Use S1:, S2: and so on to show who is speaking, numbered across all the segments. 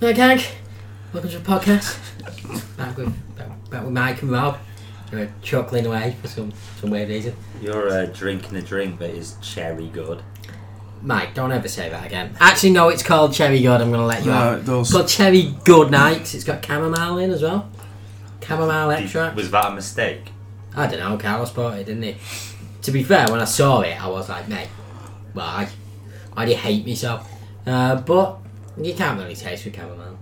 S1: Hi, Hank. Welcome to the podcast. back, with, back, back with Mike and Rob. They were chuckling away for some, some weird reason.
S2: You're uh, drinking a drink that is cherry good.
S1: Mike, don't ever say that again. Actually, no, it's called Cherry Good. I'm going to let you
S3: No,
S1: have.
S3: it does.
S1: It's called Cherry Good Night. It's got chamomile in as well. Chamomile
S2: Did-
S1: extract.
S2: was that a mistake?
S1: I don't know, Carlos bought it, didn't he? To be fair, when I saw it, I was like, mate, why? Why do you hate me so? Uh, but you can't really taste with chamomile.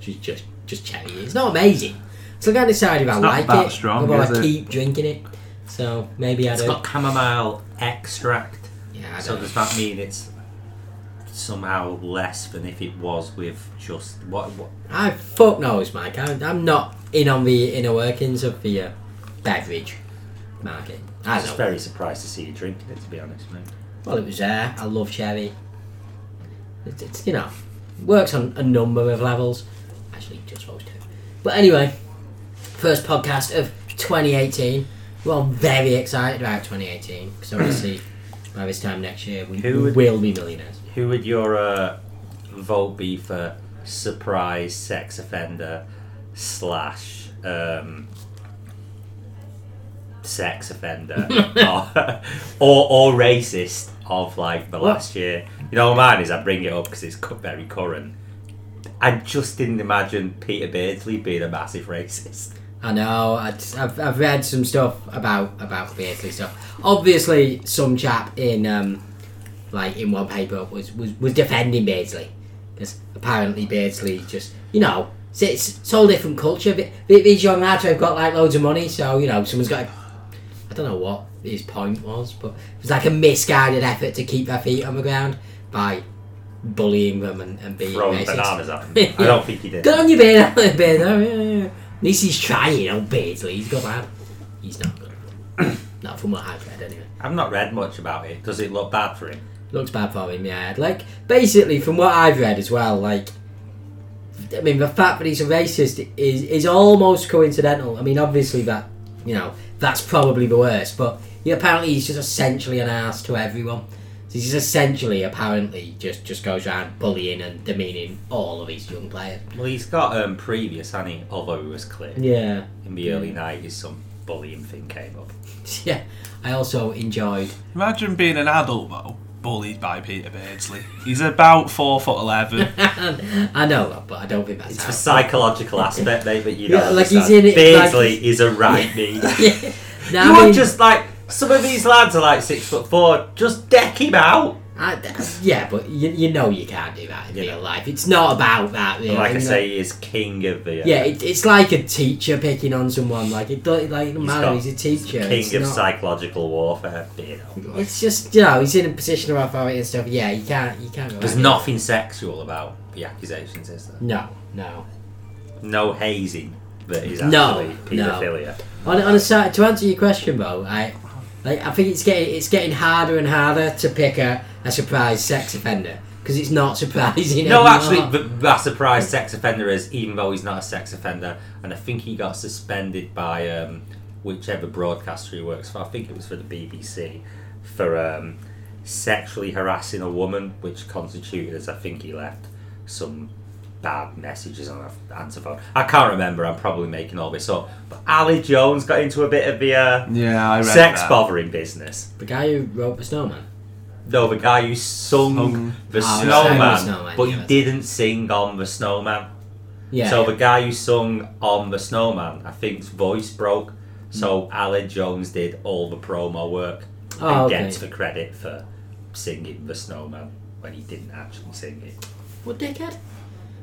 S1: Just, just, just cherry. It's not amazing. So I can't decide if I
S3: It's not
S1: like
S3: that
S1: it,
S3: strong,
S1: although
S3: is
S1: I
S3: it?
S1: keep drinking it. So maybe I
S2: It's
S1: do.
S2: got chamomile extract.
S1: yeah, I
S2: So
S1: don't.
S2: does that mean it's somehow less than if it was with just what? what
S1: I fuck knows, Mike. I, I'm not in on the inner workings of the uh, beverage market.
S2: I
S1: I
S2: was
S1: know.
S2: very surprised to see you drinking it. To be honest, mate.
S1: Well, it was there. I love Chevy. It's, it's you know, works on a number of levels. Actually, just those two. But anyway, first podcast of 2018. Well, I'm very excited about 2018 because obviously by this time next year we
S2: Who would-
S1: will be millionaires.
S2: Who would your uh, vote be for surprise sex offender slash um, sex offender or, or or racist of like the last year? You know, mine is I bring it up because it's cu- very current. I just didn't imagine Peter Beardsley being a massive racist.
S1: I know. I have I've read some stuff about about Beardsley stuff. Obviously, some chap in um, like in one paper was was, was defending Beardsley because apparently Beardsley just you know it's, it's, it's all different culture. Th- th- These young lads have got like loads of money, so you know someone's got. To, I don't know what his point was, but it was like a misguided effort to keep their feet on the ground by bullying them and, and being
S2: Throwing
S1: racist.
S2: bananas at him. I don't think he did.
S1: Good on you, Beard. Beard. Oh, yeah, yeah. At least he's trying, old Beardsley. He's got bad. He's not good. not from what I've read, anyway.
S2: I've not read much about it. Does it look bad for him?
S1: Looks bad for him, yeah. Like, basically, from what I've read as well, like, I mean, the fact that he's a racist is, is almost coincidental. I mean, obviously, that, you know, that's probably the worst, but yeah, apparently he's just essentially an ass to everyone. So he's essentially, apparently, just, just goes around bullying and demeaning all of his young players.
S2: Well, he's got um, previous, hasn't he? Although it was clear.
S1: Yeah.
S2: in the early 90s some bullying thing came up
S1: Yeah, I also enjoyed.
S3: Imagine being an adult though, bullied by Peter Beardsley. He's about four foot eleven.
S1: I know that, but I don't think that's
S2: it's
S1: how.
S2: the psychological aspect mate that you
S1: Yeah,
S2: don't
S1: like he's
S2: understand.
S1: in it,
S2: Beardsley is a right knee
S1: yeah. No,
S2: you
S1: I
S2: are
S1: mean,
S2: just like some of these lads are like six foot four just deck him out
S1: I, yeah, but you, you know you can't do that in
S2: You
S1: real
S2: know.
S1: life. It's not about that. Really.
S2: like I
S1: you know.
S2: say he is king of the uh,
S1: Yeah, it, it's like a teacher picking on someone. Like it, don't, like it doesn't
S2: He's
S1: matter.
S2: got-
S1: He's a teacher.
S2: king
S1: it's
S2: of
S1: not-
S2: psychological warfare you know.
S1: It's just you know he's in a position of authority and stuff. Yeah, you can't you can't. go
S2: there's
S1: at it.
S2: nothing sexual about the accusations is there
S1: No, no.
S2: no hazing that is
S1: No,
S2: actually paedophilia
S1: On, on a side, to answer your question though, I like I think it's getting it's getting harder and harder to pick a, a surprise sex offender because it's not surprising.
S2: No,
S1: anymore.
S2: actually, th- that surprise sex offender is, even though he's not a sex offender, and I think he got suspended by um, whichever broadcaster he works for. I think it was for the BBC for um, sexually harassing a woman, which constituted as I think he left some bad messages on her answer phone. I can't remember. I'm probably making all this up. But Ali Jones got into a bit of the uh,
S3: yeah, I read
S2: sex
S3: that.
S2: bothering business.
S1: the guy who wrote the snowman.
S2: No, the guy who sung
S3: Sung.
S2: the
S1: Oh, sang the
S2: snowman,
S1: snowman,
S2: but
S1: yeah,
S2: he
S1: that's-
S2: didn't sing on the snowman.
S1: Yeah.
S2: So the guy who sung on the Snowman, I think's voice
S1: Mm.
S2: broke. So Alan Jones did all the promo work
S1: Oh,
S2: and
S1: okay.
S2: gets the credit for singing the Snowman when he didn't actually sing it.
S1: what dickhead?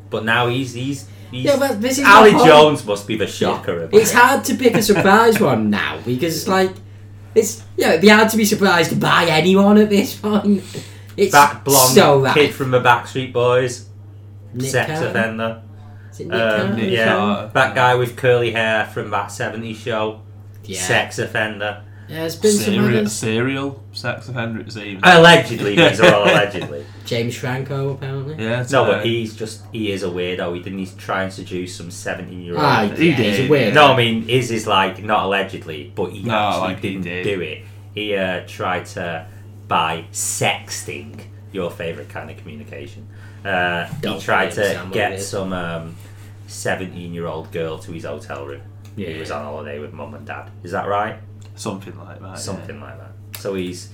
S2: But now he's he's, he's
S1: Yeah, but this is
S2: Ali
S1: my point.
S2: Jones must be the shocker of
S1: It's
S2: it.
S1: hard to pick a surprise one now because it's like it's yeah, it'd be hard to be surprised by anyone at this point. It's
S2: That blonde
S1: so that
S2: kid from the Backstreet Boys,
S1: Nick
S2: sex
S1: Carter?
S2: offender.
S1: Is it Nick
S2: Um,
S1: Carter?
S3: Nick
S2: yeah,
S3: Carter.
S2: that guy with curly hair from that '70s show,
S1: yeah.
S2: sex offender.
S1: Yeah, there's been some
S3: Serial,
S1: others.
S3: serial sex offender. It's even.
S2: Uh, Allegedly, these are all allegedly.
S1: James Franco apparently.
S3: yeah, it's,
S2: No,
S3: uh,
S2: but he's just he is a weirdo. He didn't he's trying to seduce some seventeen year
S1: Ah,
S2: old.
S3: He
S1: yeah, he's a
S3: did.
S1: weird.
S2: No, I mean his is like not allegedly, but he
S3: No,
S2: actually
S3: like he
S2: didn't
S3: did.
S2: do it. He uh, tried to buy sexting, your favourite kind of communication, Uh, he
S1: Don't really
S2: tried to
S1: understand what it
S2: get
S1: is.
S2: some um, 17 year old girl to his hotel room. He
S1: Yeah.
S2: was on holiday with mum and dad. Is that right?
S3: Something like that.
S2: Something like that. So he's,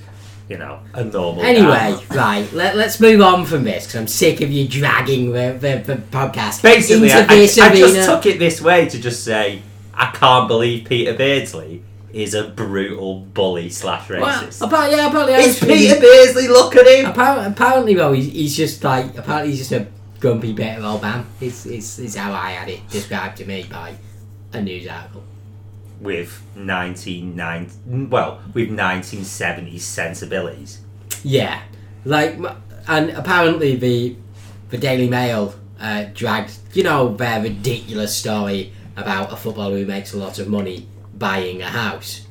S2: you know, a normal.
S1: Anyway,
S2: guy.
S1: right, let, let's move on from this because I'm sick of you dragging the, the, the podcast
S2: Basically, I,
S1: into
S2: I-
S1: this
S2: I
S1: arena.
S2: just took it this way to just say, I can't believe Peter Beardsley is a brutal bully slash
S1: Well,
S2: racist.
S1: appa- yeah, apparently, I
S2: it's
S1: was really-
S2: Peter Beardsley, look at him!
S1: Apparently, apparently though, he's, he's just like apparently he's just a grumpy bit of old man. It's it's, it's how I had it described to me by a news article.
S2: With 1990, well, with 1970s sensibilities.
S1: Yeah, like m- and apparently the the Daily Mail uh, dragged you know their ridiculous story about a footballer who makes a lot of money buying a house.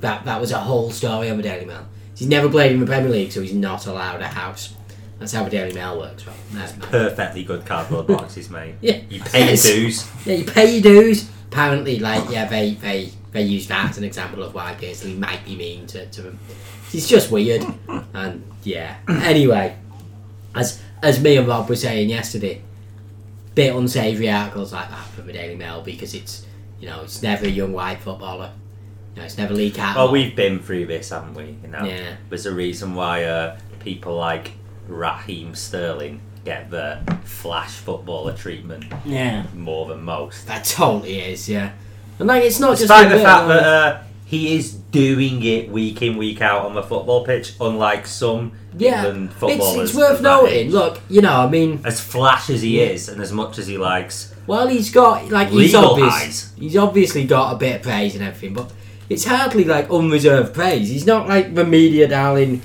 S1: That that was a whole story on the Daily Mail. He's never played in the Premier League, so he's not allowed a house. That's how the Daily Mail works. Right? That's mad.
S2: Perfectly good cardboard boxes, mate.
S1: Yeah.
S2: You pay your
S1: Yes.
S2: dues.
S1: Yeah, you pay your dues. Apparently, like, yeah, they they they use that as an example of why Paisley might be mean to, to him. It's just weird, and yeah. Anyway, as as me and Rob were saying yesterday, bit unsavoury articles like that from the Daily Mail because it's you know it's never a young white footballer, you know, it's never Lee Catmull.
S2: Well, we've been through this, haven't we? You know,
S1: Yeah.
S2: there's a reason why uh, people like Raheem Sterling get the flash footballer treatment
S1: yeah,
S2: more than most.
S1: that totally is yeah, and like it's not
S2: Despite
S1: just a
S2: the
S1: bit,
S2: fact
S1: like-
S2: that uh, he is doing it week in, week out on the football pitch, unlike some
S1: yeah,
S2: England
S1: it's,
S2: footballers.
S1: it's worth
S2: of that
S1: noting.
S2: age.
S1: Look, you know, I mean,
S2: As flash as he is, and as much as he likes,
S1: Well, he's got like he's
S2: Legal
S1: obvious,
S2: eyes.
S1: he's obviously got a bit of praise and everything, but it's hardly like unreserved praise. He's not like the media darling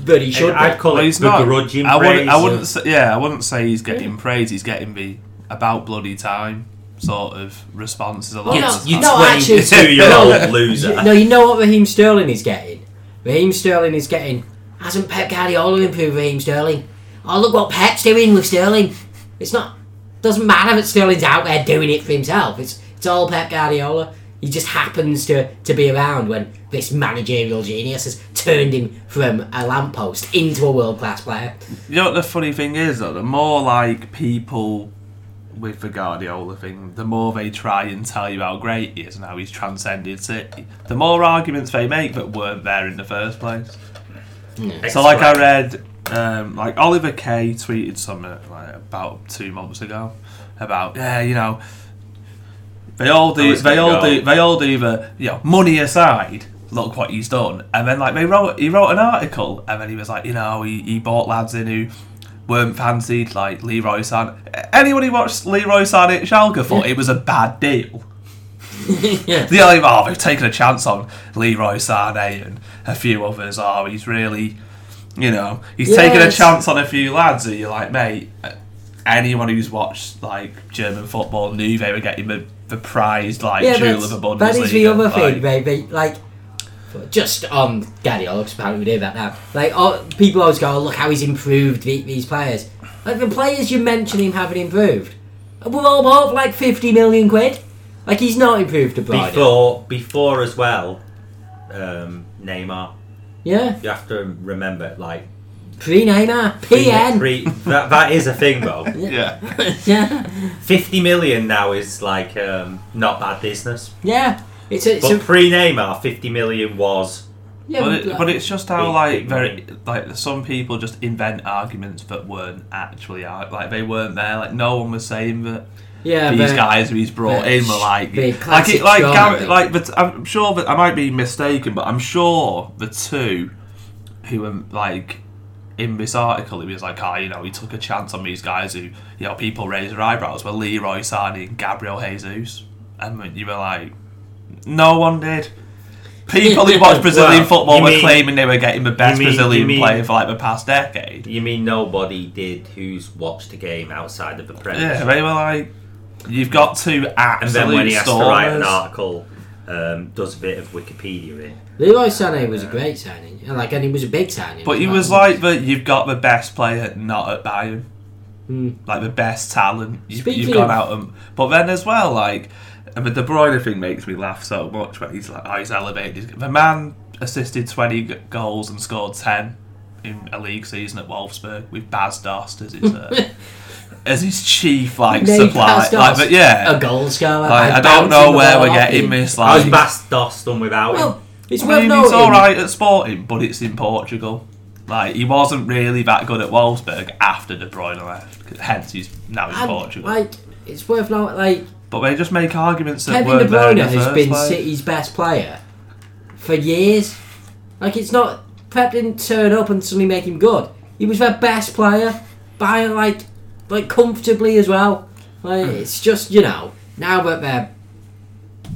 S1: that he should.
S2: I'd
S1: be.
S2: call it
S3: he's not.
S2: begrudging
S3: I wouldn't. I
S2: praise.
S3: wouldn't. Say, yeah, I wouldn't say he's getting praise. He's getting the about bloody time sort of responses a lot.
S1: You
S3: of
S1: know-
S3: the
S2: You
S1: No,
S3: time.
S1: actually-
S2: 22 year old loser.
S1: no, you know what Raheem Sterling is getting. Raheem Sterling is getting. Hasn't Pep Guardiola improved Raheem Sterling? Oh look what Pep's doing with Sterling. It's not. Doesn't matter that Sterling's out there doing it for himself. It's it's all Pep Guardiola. He just happens to, to be around when this managerial genius has turned him from a lamppost into a world class player.
S3: You know what the funny thing is though, the more like people with the Guardiola thing, the more they try and tell you how great he is and how he's transcended City, the more arguments they make that weren't there in the first place. So like uh, I read um, like Oliver Kay tweeted something like about two months ago about yeah, you know they all
S2: Oh,
S3: do
S2: it's
S3: they
S2: gonna
S3: all
S2: go.
S3: do they all do the you know, money aside, look what he's done. And then like they wrote he wrote an article and then he was like, you know, he, he bought lads in who weren't fancied like Leroy San anyone who watched Leroy Sané at Schalke thought it was a bad deal.
S1: yeah.
S3: The only oh, they've taken a chance on Leroy Sané and a few others. Oh, he's really, you know, he's
S1: Yeah,
S3: taken a
S1: it's-
S3: chance on a few lads. And you're like, mate, anyone who's watched like German football knew they were getting the, the prized like
S1: yeah,
S3: jewel of the Bundesliga.
S1: that's- that is the other thing,
S3: like-
S1: baby. Like, just on Guardiola, because apparently we do that now. Like, oh, people always go, oh, look how he's improved the, these players. Like, the players you mention him having improved, we're all bought for like 50 million quid. Like, he's not improved abroad.
S2: before before as well um, Neymar
S1: Yeah,
S2: you have to remember like
S1: pre Neymar,
S2: three-
S1: PN.
S2: three- that, that is a thing though
S3: yeah,
S1: Yeah,
S2: 50 million now is like um, not bad business
S1: yeah. It's a, it's
S2: but
S1: a
S2: pre Neymar 50 million was
S1: yeah,
S3: but, it, but it's just how
S2: Big,
S3: like
S2: big
S3: very like some people just invent arguments that weren't actually ar- like they weren't there. Like no one was saying that.
S1: yeah,
S3: these
S1: but-
S3: guys who he's brought
S1: but
S3: in
S1: sh-
S3: were like,
S1: big
S3: like,
S1: classic
S3: it, like,
S1: drama,
S3: Gareth-
S1: I think.
S3: like, but I'm sure that I might be mistaken, but I'm sure the two who were like in this article, it was like, oh, you know, he took a chance on these guys who, you know, people raised their eyebrows were Leroy Sane and Gabriel Jesus, and you were like, no one did. People who watched Brazilian
S2: Well,
S3: football
S2: you
S3: were
S2: mean-
S3: claiming they were getting the best
S2: mean- you
S3: Brazilian
S2: mean-
S3: player for like the past decade.
S2: you mean nobody did who's watched a game outside of the Premier
S3: Yeah, they were like, you've got two absolute
S2: and then when he has to write an
S3: stormers.
S2: article um, does a bit of Wikipedia in
S1: Leroy Sané was a great signing, and like, and he was a big signing.
S3: But
S1: as
S3: he
S1: well.
S3: was like the you've got the best player not at Bayern,
S1: Hmm.
S3: like the best talent. You've,
S1: Speaking
S3: you've gone
S1: of-
S3: out and but then as well like, and the De Bruyne thing makes me laugh so much when he's like oh, he's elevated. The man assisted twenty g- goals and scored ten in a league season at Wolfsburg with Baz Dost as his uh, as his chief like supply. Like, but yeah,
S1: a goal scorer.
S3: like, I
S1: and
S3: don't know
S1: bouncing the
S3: where
S1: ball
S3: we're
S1: off
S3: getting
S1: him.
S3: this.
S2: I was
S3: Like,
S2: Bas Dost done without
S1: Well,
S2: him.
S1: it's
S3: I
S1: worth
S3: mean,
S1: noting.
S3: he's all right at Sporting, but it's in Portugal. Like he wasn't really that good at Wolfsburg after De Bruyne left. 'cause Hence, he's now in
S1: And,
S3: Portugal.
S1: Like it's worth noting. Like
S3: but they just make arguments that
S1: Kevin De
S3: weren't there in
S1: Bruyne
S3: the
S1: has
S3: first
S1: been
S3: place.
S1: City's best player for years. Like it's not Pep didn't turn up and suddenly make him good. He was their best player by like like comfortably as well. Like it's just you know now that they're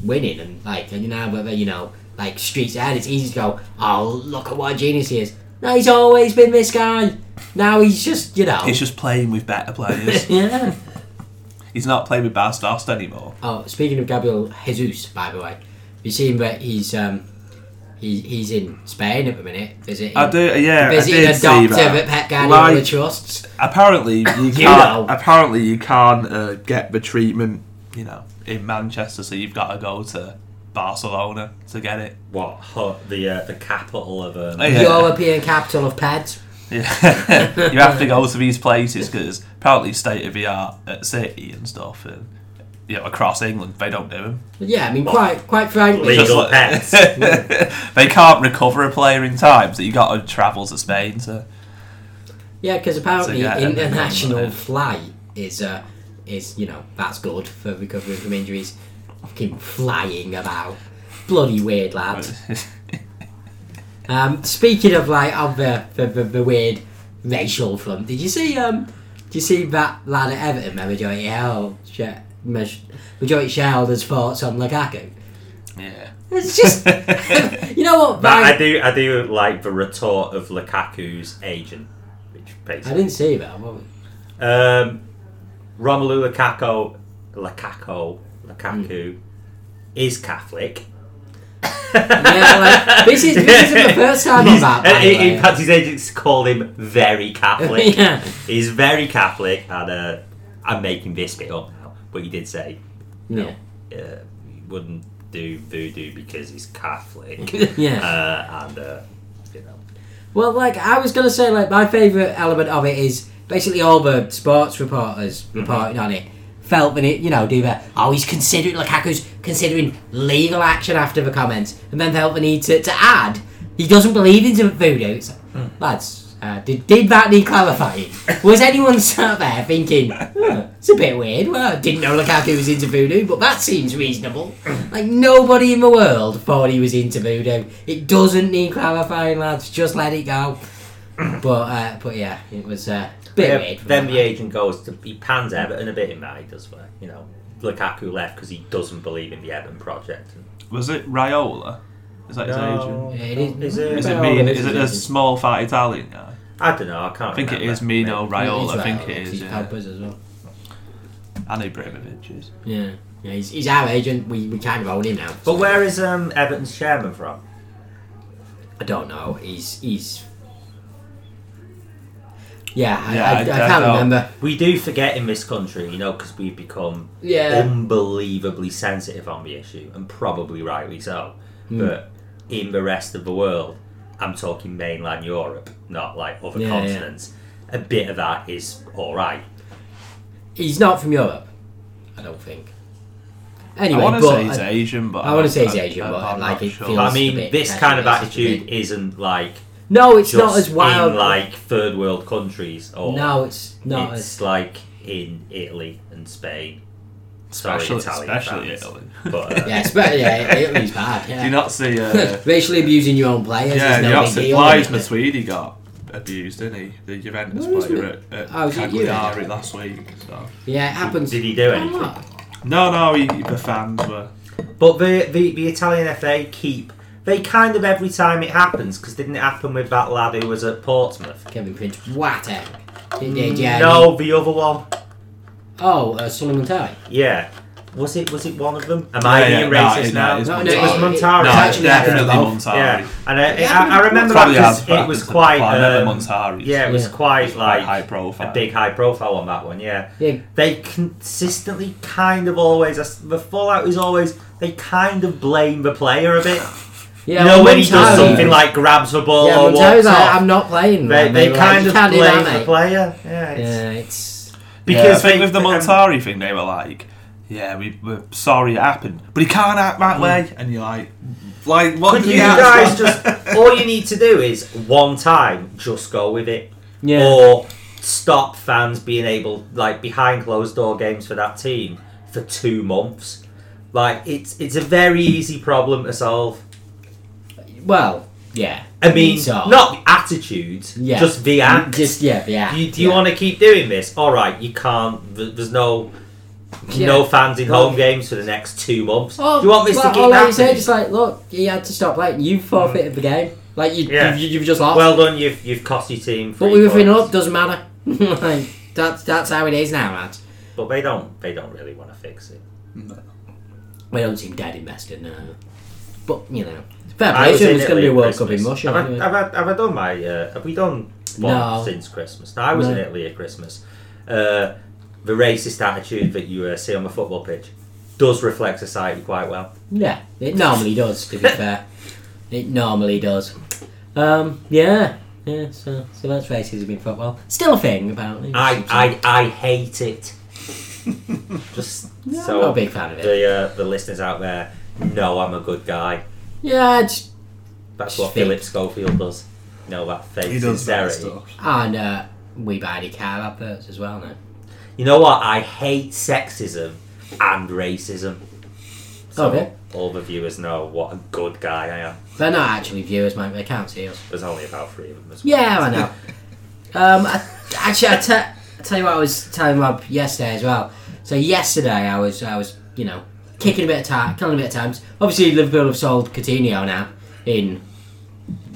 S1: winning and like and now that they're you know like streets ahead, it's easy to go. Oh look at what a genius he is. No, he's always been this guy. Now he's just you know.
S3: He's just playing with better players.
S1: yeah.
S3: he's not playing with Baz Dost anymore.
S1: Oh, speaking of Gabriel Jesus, by the way, have you seen that he's um, he, he's in Spain at the minute visiting,
S3: I do, yeah, I
S1: visiting
S3: did
S1: a
S3: see
S1: doctor
S3: that.
S1: that Pep Guardiola
S3: Like-
S1: trusts.
S3: Apparently, you can't.
S1: know.
S3: Apparently, you can't uh, get the treatment. You know, in Manchester, so you've got to go to Barcelona to get it.
S2: What hu- the uh, the capital of um,
S3: Hey, Oh, Yeah.
S1: European capital of PED.
S3: Yeah. you have to go to these places because apparently state of the art at City and stuff, and you know across England they don't do them.
S1: But yeah, I mean, quite quite frankly,
S2: Legal pets.
S3: they can't recover a player in time, so you got to travel to Spain to.
S1: yeah, because apparently
S3: So, yeah, I don't know about
S1: international
S3: it.
S1: flight is uh, is you know that's good for recovering from injuries. Fucking flying about, bloody weird lad. Um, speaking of like of the, the, the, the weird racial front, did you see um did you see that lad at Everton the majority held share- mas- majority shareholders' thoughts on Lukaku?
S3: yeah.
S1: It's just you know what
S2: But I
S1: right,
S2: do I do like the retort of Lukaku's agent, which
S1: I,
S2: basically
S1: didn't see that. what-
S2: um, Romelu Lukaku Lukaku Lukaku is Catholic.
S1: Hmm. Yeah, like, this is this isn't the first time on
S2: He's-
S1: that.
S2: uh,
S1: by the
S2: in- in
S1: way.
S2: fact, his agents call him very Catholic.
S1: Yeah.
S2: He's very Catholic, and uh, I'm making this bit up now. But he did say
S1: Yeah,
S2: uh, he wouldn't do voodoo because he's Catholic.
S1: yeah.
S2: Uh, and uh, you know,
S1: Well, like I was gonna say, like my favorite element of it is basically all the sports reporters reporting on it. Felt when it, you know, do the oh he's considering Lukaku's considering legal action after the comments, and then felt the need to, to add he doesn't believe in voodoo. It's like, Lads, uh, did did that need clarifying? was anyone sat there thinking "Huh, it's a bit weird? Well, I didn't know Lukaku was into voodoo, but that seems reasonable. like nobody in the world thought he was into voodoo. It doesn't need clarifying, lads. Just let it go. but uh, but yeah, it was uh, a bit
S2: Yeah,
S1: weird. for
S2: then
S1: that,
S2: the
S1: man.
S2: agent goes to he pans Everton a bit in that he does where you know Lukaku left because he doesn't believe in the Everton project.
S3: Was it Raiola? Is that his agent?
S1: agent. It is-
S2: is it?
S3: Is it
S1: Raiola
S3: mean?
S1: is
S3: Is it a
S1: his agent.
S3: small fat Italian guy?
S2: I don't know. I can't.
S3: I think it
S2: remember.
S3: is Mino Raiola. I think
S1: Israel,
S3: it is.
S1: he's
S3: Yeah.
S1: Pampers as well.
S3: And Ibrahimovic is.
S1: Yeah, yeah. He's, he's our agent. We we kind of own him now.
S2: But where is um, Everton's chairman from?
S1: I don't know. He's he's. Yeah, I,
S3: Yeah,
S1: I,
S3: I-
S1: I,
S3: I
S1: can't
S3: don't-
S1: remember.
S2: We do forget in this country, you know, because we've become
S1: Yeah.
S2: unbelievably sensitive on the issue, and probably rightly so.
S1: Hmm.
S2: But in the rest of the world, I'm talking mainland Europe, not like other
S1: Yeah, yeah.
S2: continents. A bit of that is all right.
S1: He's not from Europe. I don't think. Anyway,
S3: I want to
S1: but
S3: say he's
S1: I,
S3: Asian, but
S1: I wanna say he's
S3: I'm-
S1: Asian,
S3: I'm-
S1: but,
S3: I'm
S1: like,
S3: not
S1: it
S3: sure.
S1: feels-
S2: I
S1: That's a
S2: mean,
S1: bit-
S2: this
S1: that's
S2: kind of
S1: a bit-
S2: attitude isn't like
S1: no, it's
S2: just
S1: not as wild.
S2: in like third world countries or
S1: no, it's not
S2: it's
S1: as.
S2: like in Italy and Spain. Sorry,
S3: Especially-
S2: Italian
S3: especially
S2: fans.
S3: Italy.
S2: But, uh,
S1: Yeah, it's better. Yeah, Italy's bad. Yeah.
S3: Do you not see? Uh,
S1: Racially abusing your own players
S3: Yeah,
S1: is
S3: you
S1: no big deal.
S3: Lies
S1: isn't it?
S3: Maswidi got abused, didn't he? The Juventus
S1: Where is
S3: player at, at
S1: Oh, was it
S3: Cagliari
S1: Juve?
S3: last week. So.
S1: Yeah, it happens. Oh,
S2: Did he do
S1: I'm
S2: anything?
S1: not-
S3: No, no, he, the fans were.
S2: But the, the, the Italian FA keep. They kind of every time it happens, because didn't it happen with that lad who was at Portsmouth?
S1: Kevin Prince, what? a- Did they, Jeremy?
S2: Mm, No, the other one.
S1: Oh, uh, Solomon Terry.
S2: Yeah. Was it was it one of them? Am I
S3: Yeah,
S2: being
S3: yeah, no,
S2: racist
S3: it-
S2: now?
S3: no, it is
S1: No,
S2: it
S1: no,
S2: was
S1: it- No,
S2: Montari.
S3: No,
S1: it's
S3: it's
S1: actually
S3: definitely
S1: happened
S3: Montari.
S2: yeah, and uh, I,
S1: Yeah,
S2: I, I remember that
S3: Probably has
S2: 'cause it was
S3: practiced it.
S2: quite.
S3: I remember
S2: um,
S3: Montari.
S2: yeah, it was
S1: Yeah.
S2: quite
S3: quite
S2: like
S3: high profile.
S2: a big high profile on that one. Yeah.
S1: Yeah,
S2: they consistently kind of always the fallout is always they kind of blame the player a bit
S1: Yeah,
S2: no,
S1: well,
S2: when he does
S1: Montaro-
S2: something like grabs the ball
S1: yeah,
S2: or
S1: Montaro's
S2: walks
S1: like,
S2: off,
S1: I'm not playing.
S2: they,
S1: man."
S2: they
S1: They were like,
S2: kind
S1: "You
S2: of
S1: can't do
S2: blame
S1: that,
S2: the
S1: mate."
S2: player. Yeah, it's,
S1: Yeah, it's
S3: Because
S2: because
S3: I think
S2: they-
S3: with the
S2: um,
S3: Montari thing, they were like, "Yeah, we, we're sorry it happened, but he can't act that way." And you're like, "Like, what
S2: Mm. Could
S3: did
S2: you
S3: he act
S2: guys
S3: like?
S2: just all you need to do is one time just go with it,
S1: yeah.
S2: or stop fans being able like behind closed door games for that team for two months. Like it's it's a very easy problem to solve.
S1: well, yeah.
S2: I mean,
S1: so-
S2: not the attitude,
S1: Yeah.
S2: just the act.
S1: Just yeah, yeah.
S2: you, do you
S1: yeah.
S2: want to keep doing this? All right, you can't. th- There's no no
S1: Yeah.
S2: fans in
S1: Well-
S2: home games for the next two months.
S1: Oh,
S2: do you want this
S1: well,
S2: to keep
S1: all you said
S2: happening?
S1: is like, look, you had to stop playing. You forfeited the game. Like you,
S2: Mm. Yeah.
S1: you've, you've just lost.
S2: Well done, you've you've cost your team.
S1: but
S2: three
S1: we were three
S2: points.
S1: up. Doesn't matter. like that's that's how it is now, man.
S2: But they don't. They don't really want to fix it.
S1: We don't seem dead invested now. But you know, fair
S2: I
S1: play.
S2: was
S1: It
S2: in
S1: was going to
S2: Italy
S1: be
S2: at
S1: a World Cup
S2: Christmas.
S1: in Russia.
S2: Have I,
S1: anyway.
S2: have I, have I done my? Uh, have we done one
S1: No.
S2: since Christmas? No, I was
S1: No.
S2: in Italy at Christmas. Uh, the racist attitude that you uh, see on the football pitch does reflect society quite well.
S1: Yeah, it normally does. To be fair, it normally does. Um, yeah, yeah. So, so that's racism in football. Still a thing, apparently.
S2: I I, I hate it. Just
S1: Yeah, I'm
S2: so
S1: not a big fan of it.
S2: the uh, the listeners out there know I'm a good guy.
S1: yeah, it's,
S2: That's what
S1: Fake.
S2: Philip Schofield does. No, that fake
S3: He does that
S2: sincerity.
S3: stuff.
S1: and uh, we buy the car adverts as well now.
S2: You know what? I hate sexism and racism. So
S1: Okay.
S2: all the viewers know what a good guy I am.
S1: They're not actually viewers, mate. They can't see us.
S2: There's only about three of them as well.
S1: Yeah, I know. um, I, actually, I te- I tell you what, I was telling Rob yesterday as well. So yesterday, I was, I was, you know, kicking a bit of time, killing a bit of times. Obviously, Liverpool have sold Coutinho now in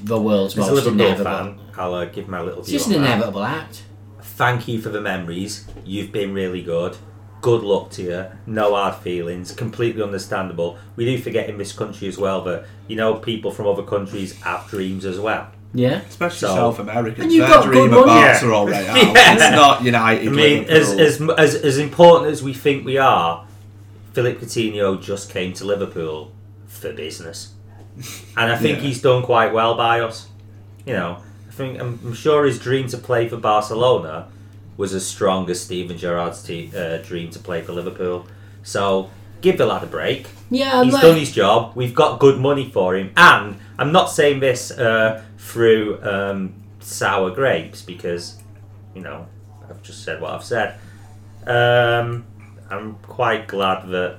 S1: the world's
S2: As a
S1: most
S2: Liverpool
S1: inevitable.
S2: fan, I'll uh, give my little
S1: It's
S2: view
S1: just
S2: on
S1: an
S2: that.
S1: inevitable act.
S2: Thank you for the memories. You've been really good. Good luck to you. No hard feelings. Completely understandable. We do forget in this country as well that, you know, people from other countries have dreams as well.
S1: Yeah.
S3: Especially
S2: So-
S3: South Americans.
S1: And you've
S3: Their
S1: got
S3: dream
S1: good
S3: of
S1: money.
S3: Barcelona
S2: Yeah.
S3: Real.
S2: Yeah.
S3: It's not United.
S2: I mean, as,
S3: Liverpool.
S2: as, as, as important as we think we are, Philip Coutinho just came to Liverpool for business. And I think
S3: Yeah.
S2: he's done quite well by us. You know, I think I'm, I'm sure his dream to play for Barcelona was as strong as Steven Gerrard's te- uh, dream to play for Liverpool. So give the lad a break.
S1: Yeah, I'm
S2: He's
S1: like,
S2: done his job. We've got good money for him, and I'm not saying this uh, through um, sour grapes because, you know, I've just said what I've said. Um, I'm quite glad that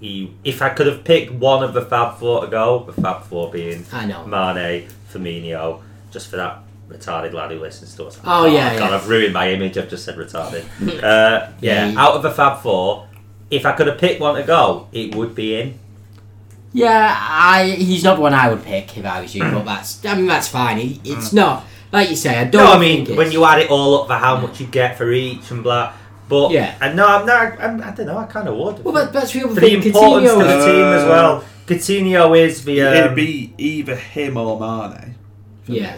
S2: he. If I could have picked one of the Fab Four to go, the Fab Four being
S1: I know.
S2: Mane, Firmino, just for that retarded lad who listens to us.
S1: Oh, yeah,
S2: God,
S1: yeah.
S2: I've ruined my image. I've just said retarded. uh, yeah,
S1: Yeah.
S2: out of the Fab Four, if I could have picked one to go, it would be him.
S1: Yeah, I. He's not the one I would pick if I was you, but that's. I mean, that's fine. He, it's not like you say. I don't.
S2: Mm. No, I mean
S1: think it's-
S2: when you add it all up for how much you get for each and blah. But
S1: Yeah.
S2: and no, I'm not. I'm, I don't know. I kind of would.
S1: Well, but that's the other
S2: for the
S1: thing.
S2: importance to
S1: Coutinho.
S2: the team as well. Coutinho is the.
S3: It'd
S2: Um,
S3: Uh, be either him or Mane.
S1: Yeah.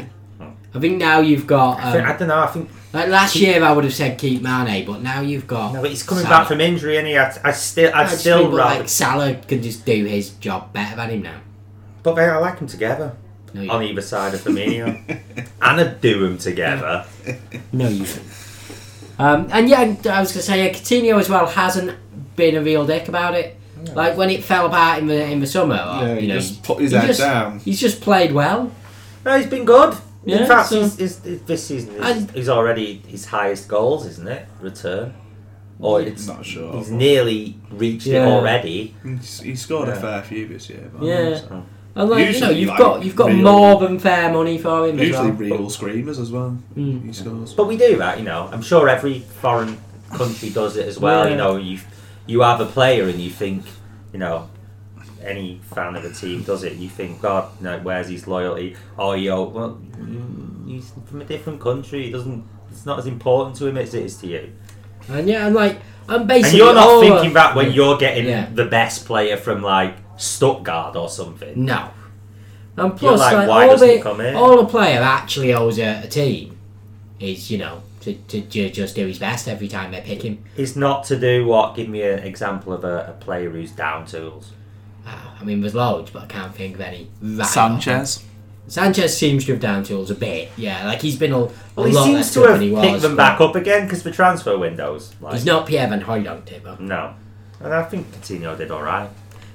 S1: I think now you've got.
S2: I, think,
S1: Um,
S2: I don't know. I think
S1: like last year, I would have said keep Mane, but now you've got.
S2: no, but he's coming
S1: Salah.
S2: back from injury, and he. I, I still, I,
S1: I just
S2: still
S1: think, but,
S2: rather.
S1: like Salah can just do his job better than him now.
S2: but then I like them together
S1: No, you,
S2: on either side of Firmino, and I'd do them together.
S1: no, you. don't. Um, and yeah, and I was gonna say yeah, Coutinho as well hasn't been a real dick about it. Like when it fell apart in the in the summer, or, you know,
S3: put his
S1: he just-
S3: down.
S1: he's just played well.
S2: No, he's been good.
S1: Yeah,
S2: In fact,
S1: so-
S2: he's, he's, this season he's,
S1: And-
S2: he's already his highest goals, isn't it? Return, or
S1: Yeah.
S2: it's
S3: Not sure.
S2: he's nearly reached
S1: Yeah.
S2: it already.
S3: He's- He scored
S2: Yeah.
S3: a fair few this year. But
S1: Yeah. And like you
S3: Usually,
S1: know, you've
S3: like,
S1: got you've got
S3: real-
S1: more than fair money for him. as
S3: Usually
S1: well.
S3: real screamers as well.
S1: Mm.
S3: He scores.
S2: But we do that, you know. I'm sure every foreign country does it as well.
S1: Yeah.
S2: You know, you you have a player and you think, you know, any fan of a team does it. You think, God, you know, where's his loyalty? Oh, yo, well, mm, he's from a different country. He doesn't. It's not as important to him as it is to you.
S1: And yeah, and like I'm
S2: And
S1: basically
S2: you're
S1: all
S2: not thinking that when
S1: Yeah.
S2: you're getting
S1: Yeah.
S2: the best player from like Stuttgart or something.
S1: No. And plus,
S2: like,
S1: like,
S2: why
S1: all,
S2: doesn't
S1: the,
S2: he come in?
S1: all a player actually owes a, a team is, you know, to, to, ju- just do his best every time they pick him.
S2: It's not to do what? Give me an example of a, a player who's down tools.
S1: Uh, I mean, there's loads, but I can't think of any. Right off.
S3: Sanchez.
S1: Sanchez seems to have down tools a bit. Yeah, like he's been a, a
S2: Well, he
S1: lot
S2: seems
S1: less
S2: to
S1: good
S2: have
S1: than he was.
S2: picked them
S1: but
S2: back up again because the transfer windows. Like,
S1: He's not Pierre Van Hooydonk Tipper.
S2: No. And I think Coutinho did all right.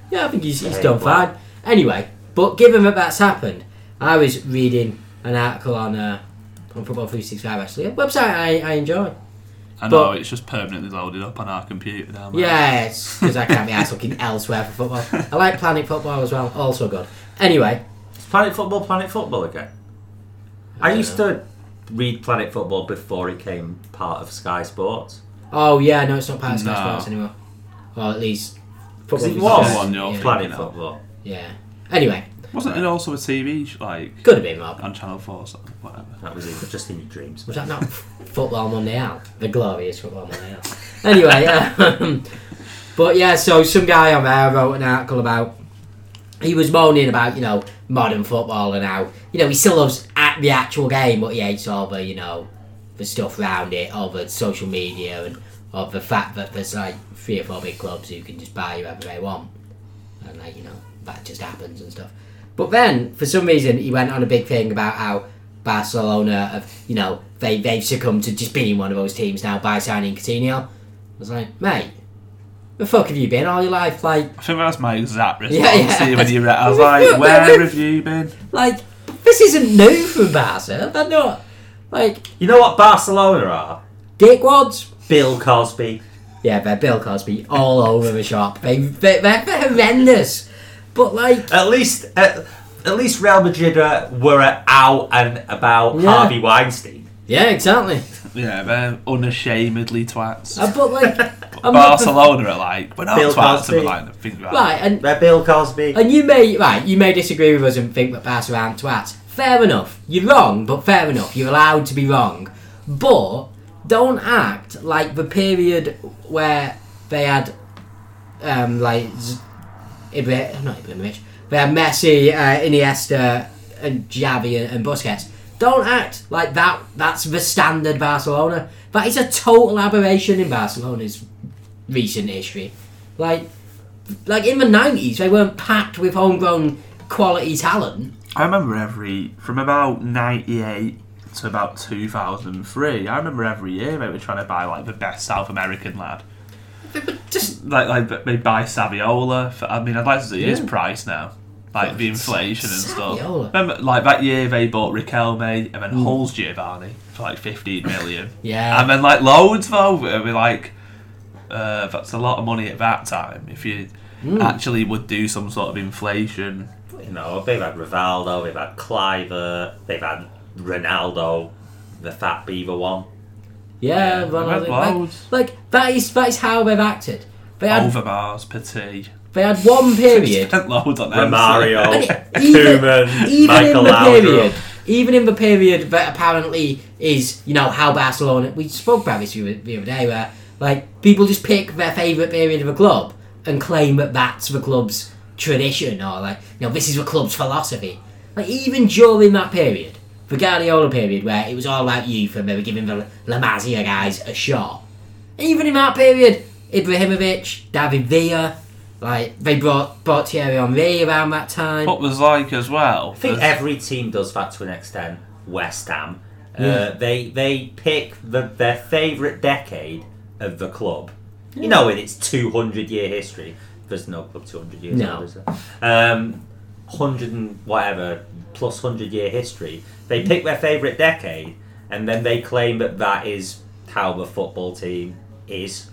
S1: Yeah, I think he's, he's
S2: Yeah,
S1: done
S2: he was.
S1: fine. Anyway, but given that that's happened, I was reading an article on uh, on Football 365 actually, a website I, I enjoy.
S3: I know
S1: But-
S3: it's just permanently loaded up on our computer now. mate.
S1: Yeah, it's because I can't be asked looking elsewhere for football. I like Planet Football as well, also good. Anyway,
S2: It's Planet Football, Planet Football again. I used to read Planet Football before it came part of Sky Sports.
S1: oh yeah, no, it's not part of Sky
S3: No.
S1: Sports anymore. Or at least
S2: Because it
S1: Football
S2: was
S1: Focus.
S3: one, no,
S1: yeah.
S2: Planet
S3: Yeah.
S2: Football.
S1: yeah. Anyway,
S3: Wasn't it also a TV sh- like
S1: could have been more.
S3: on Channel Four, or something, whatever?
S2: That was in, just in your dreams.
S1: Was that not Football Monday Out? The glorious Football Monday Out. Anyway, um, but yeah, so some guy on there wrote an article about. He was moaning about, you know, modern football and how, you know, he still loves at the actual game, but he hates all the, you know, the stuff around it, all the social media, and all the fact that there's like three or four big clubs who can just buy you whoever they want. And, like, you know, that just happens and stuff. But then, for some reason, he went on a big thing about how Barcelona have, you know, they, they've succumbed to just being one of those teams now by signing Coutinho. I was like, mate, the fuck have you been all your life? Like,
S3: I think that's my exact response.
S1: Yeah, yeah.
S3: to you when you read, I was like, "Where have you been?"
S1: like this isn't new for Barca. They're not, like,
S2: You know what Barcelona are?
S1: dickwads.
S2: Bill Cosby.
S1: Yeah, they're Bill Cosby all over the shop. They, they, they're, they're horrendous. But, like,
S2: At least, at, at least Real Madrid uh, were uh, out and about
S1: Yeah.
S2: Harvey Weinstein.
S1: yeah, exactly.
S3: Yeah, they're unashamedly twats.
S1: Uh, But, like, I'm not the-
S3: Barcelona are like, we're not
S2: Bill
S3: twats,
S2: Cosby.
S3: and we're like, I think about
S1: Right, and
S2: They're Bill Cosby.
S1: And you may right, you may disagree with us and think that Barca aren't twats. Fair enough. You're wrong, but fair enough. You're allowed to be wrong. But don't act like the period where they had um like Z- Ibra- not Ibrahimovic, they had Messi, uh, Iniesta and Xavi and, and Busquets. Don't act like that that's the standard Barcelona. That is a total aberration in Barcelona's recent history. Like like in the nineties, they weren't packed with homegrown quality talent.
S3: I remember every from about '98 to about 2003. I remember every year they were trying to buy like the best South American lad.
S1: They were just
S3: Like, like they buy Saviola. For, I mean, I'd like to see his
S1: Yeah.
S3: price now. Like the inflation and
S1: Saviola. Mm.
S3: stuff. Remember, like that year they bought Riquelme and then Hull's Giovanni for like 15 million.
S1: yeah,
S3: And then like loads though, I mean like uh, that's a lot of money at that time. If you
S1: Mm.
S3: actually would do some sort of inflation,
S2: You know, they've had Rivaldo, they've had Cliver, they've had Ronaldo, the Fat Beaver one.
S1: yeah.
S3: Yeah,
S1: well,
S3: they had
S1: like-
S3: loads.
S1: like, that is that is how they've acted. They had
S3: overbars, petit,
S1: they had one
S2: Oh,
S1: period.
S3: spent loads on them.
S2: Romario,
S1: And it- even-
S2: Koeman,
S1: Even in
S2: Michael
S1: the
S2: Laudrup.
S1: period, even in the period that apparently is, you know, how Barcelona. We spoke about this the other the other day, where like people just pick their favourite period of a club and claim that that's the club's tradition or like, you know, this is the club's philosophy. Like even during that period, the Guardiola period, where it was all about youth and they were giving the La Masia guys a shot. Even in that period, Ibrahimovic, David Villa, like they brought brought Thierry Henry around that time.
S3: What was like as well?
S2: I think
S3: there's-
S2: every team does that to an extent. West Ham,
S1: Yeah.
S2: uh, they they pick the, their favourite decade of the club. You know, in its two hundred year history, there's no club two hundred years
S1: No.
S2: old, is there? Um, hundred and whatever plus hundred year history. They pick their favourite decade, and then they claim that that is how the football team is.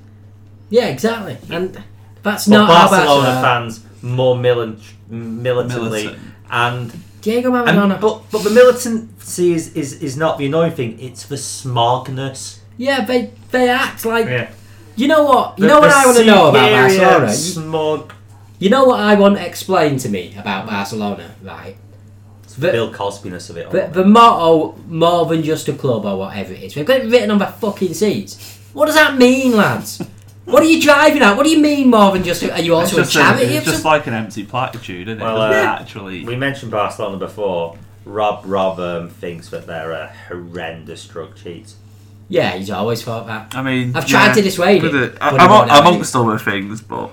S1: Yeah, exactly. And that's
S2: But
S1: not how
S2: Barcelona
S1: Barcelona-
S2: fans more militant, militantly
S3: Militant.
S2: and
S1: Diego
S2: And,
S1: Maradona.
S2: but but the militancy is, is, is not the annoying thing. It's the smogness.
S1: yeah, they they act like
S2: Yeah.
S1: you know what you know what I want to know about Barcelona. You,
S2: Smog.
S1: you know what I want explained to me about Barcelona, right? The-
S2: Bill Cosbyness of it all.
S1: The, the motto, more than just a club or whatever it is, they've got it written on their fucking seats. What does that mean, lads? what are you driving at? What do you mean more than just? A, are you
S3: it's
S1: also
S3: just,
S1: a
S3: a-
S1: charity?
S3: it's
S1: of
S3: just
S1: some-
S3: like an empty platitude, isn't it?
S2: Well,
S3: Doesn't
S2: uh,
S3: actually,
S2: we mentioned Barcelona before. Rob Rob um, thinks that they're a horrendous drug cheats.
S1: yeah, he's always thought that.
S3: I mean,
S1: I've tried to dissuade
S3: with
S1: him,
S3: it- I-
S1: but he
S3: among-
S1: won't have
S3: amongst other things, but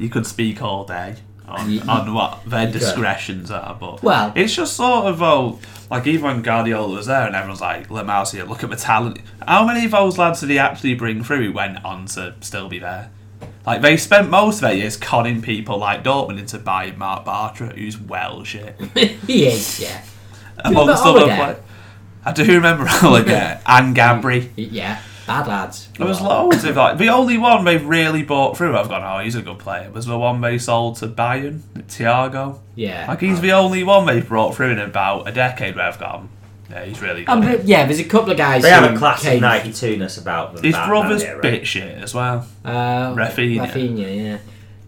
S3: you could speak all day on,
S1: You-
S3: on what their
S1: got-
S3: discretions are, but
S1: Well-
S3: it's just sort of oh, like even when Guardiola was there and everyone's like, Lamar's here, look at the talent. How many of those lads did he actually bring through who went on to still be there? Like they spent most of their years conning people like Dortmund into buying Mark Bartra, who's Welsh. eh?
S1: he is, yeah.
S3: Amongst
S1: remember
S3: other
S1: Odegaard?
S3: players. I do remember Odegaard and Gabri.
S1: Yeah, bad lads.
S3: There was loads of like the only one they've really bought through. I've gone, oh, he's a good player. Was the one they sold to Bayern, Thiago.
S1: Yeah.
S3: Like he's the only one they've brought through in about a decade. Where I've gone, yeah, he's really good.
S1: Um, but yeah, there's a couple of guys.
S2: They have
S1: who
S2: a class
S1: came-
S2: of 92 ness about them.
S3: His
S2: that-
S3: brother's
S2: that era.
S3: bit shit as well.
S1: Uh,
S3: Rafinha.
S1: Rafinha, yeah,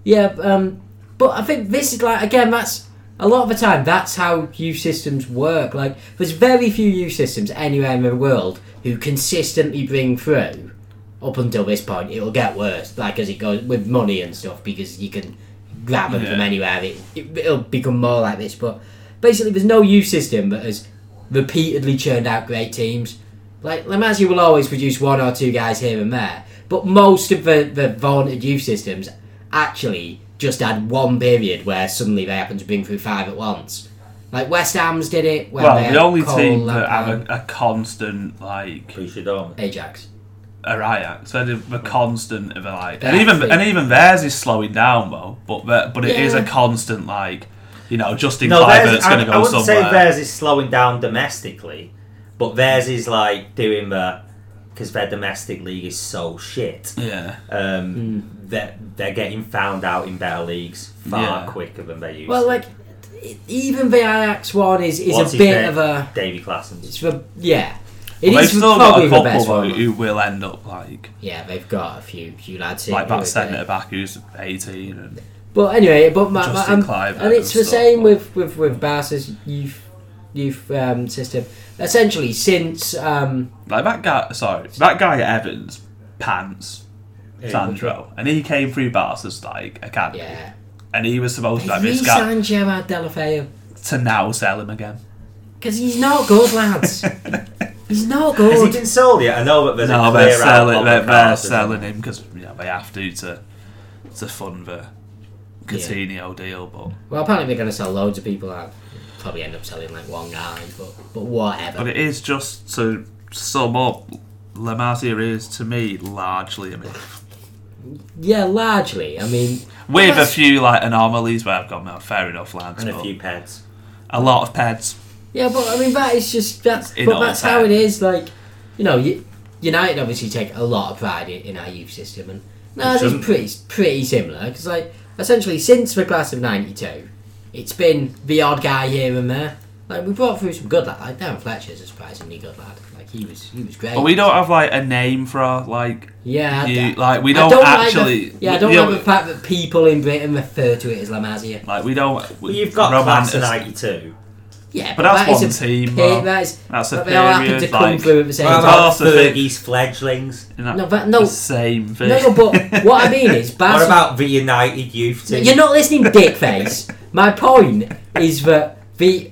S1: yeah. Um, but I think this is like again. That's a lot of the time. That's how youth systems work. Like, there's very few youth systems anywhere in the world who consistently bring through. Up until this point, it'll get worse, like as it goes with money and stuff, because you can grab them from
S3: Yeah.
S1: anywhere. It, it, it'll become more like this. But basically, there's no youth system that has repeatedly churned out great teams. Like Lemasi will always produce one or two guys here and there, but most of the the vaunted youth systems actually just had one period where suddenly they happened to bring through five at once. Like West Ham's did it. When
S3: Well,
S1: they
S3: the
S1: had
S3: only
S1: Cole,
S3: team that
S1: Lampard,
S3: have a, a constant like
S2: Who should own it?
S1: Ajax.
S3: a Ajax. So they're
S1: Mm.
S3: the constant of a, like,
S1: They
S3: and even
S1: actually-
S3: and even theirs is slowing down though. But the- but it is
S1: Yeah.
S3: a constant like, you know, Justin
S2: No, theirs,
S3: Kluivert's
S2: I,
S3: going to
S2: I
S3: go
S2: wouldn't
S3: somewhere.
S2: say theirs is slowing down domestically, but theirs is like doing the. Because their domestic league is so shit.
S3: yeah.
S2: Um,
S1: Hmm.
S2: they're, they're getting found out in better leagues far
S3: Yeah.
S2: quicker than they used
S1: Well,
S2: to.
S1: like e- even the Ajax one is is
S2: What's
S1: a
S2: his
S1: bit
S2: name?
S1: of a
S2: Davy Classen.
S1: it's the yeah. It is
S3: They've still got
S1: probably
S3: a
S1: the
S3: couple
S1: best
S3: though
S1: one.
S3: who will end up like
S1: Yeah, they've got a few few lads here.
S3: like
S1: who are
S3: that centre
S1: good.
S3: back who's eighteen and
S1: But anyway, but my, my,
S3: Justin
S1: um,
S3: Clive
S1: and it's
S3: and
S1: the
S3: stuff,
S1: same
S3: but-
S1: with with with Barca's youth youth um, system. Essentially, since um,
S3: like that guy. Sorry, that guy Evans pants Sandro, and he came through Barca's like academy,
S1: yeah,
S3: and he was supposed to
S1: they
S3: like this guy
S1: re-signed Gerard Delafeu
S3: to now sell him again.
S1: because he's not good, lads. he's not
S2: Has he
S1: good.
S2: been sold yet? I know that there's a
S3: No,
S2: clear
S3: they're
S2: out
S3: selling.
S2: of
S3: They're,
S2: the
S3: they're
S2: cards, isn't
S3: selling him because yeah, they have to to to fund the Coutinho deal, but
S1: Well, apparently they're going to sell loads of people out. Probably end up selling like one guy, but but whatever.
S3: But it is just to sum up, La Masia is to me largely a myth.
S1: yeah, largely. I mean,
S3: With a
S1: that's-
S3: few like anomalies where I've gone, no, fair enough, lads.
S2: And a
S3: but
S2: few pets.
S3: a lot of peds.
S1: Yeah, but I mean that is just that's
S3: In
S1: but
S3: all
S1: that's
S3: fair.
S1: how it is. Like, you know, U- United obviously take a lot of pride in, in our youth system, and ours is
S2: shouldn't.
S1: pretty pretty similar because like essentially since the class of '92, it's been the odd guy here and there. Like we brought through some good lad. Like Darren Fletcher's a surprisingly good lad. Like he was he was great.
S3: But we don't have like a name for our like
S1: yeah.
S3: you-
S1: I-
S3: like we
S1: I
S3: don't,
S1: like the-
S3: actually
S1: yeah, I don't
S3: you
S1: like
S3: know,
S1: the fact that people in Britain refer to it as La Masia.
S3: like we don't
S2: Well, you've got
S3: romance-
S2: class of 92.
S1: Yeah,
S3: But that's
S1: that is
S3: one
S1: a,
S3: team.
S1: pe-
S3: though.
S1: that is,
S3: That's a
S1: but they all happen
S3: period,
S1: to come
S3: like-
S1: through at the same
S3: Well,
S1: time.
S2: What about
S3: half the thing-
S2: Fergie's fledglings?
S3: Isn't that
S1: No, but no.
S3: the same thing.
S1: No, no, but what I mean is, Baz,
S2: What about the United Youth team?
S1: you're not listening, dickface. My point is that the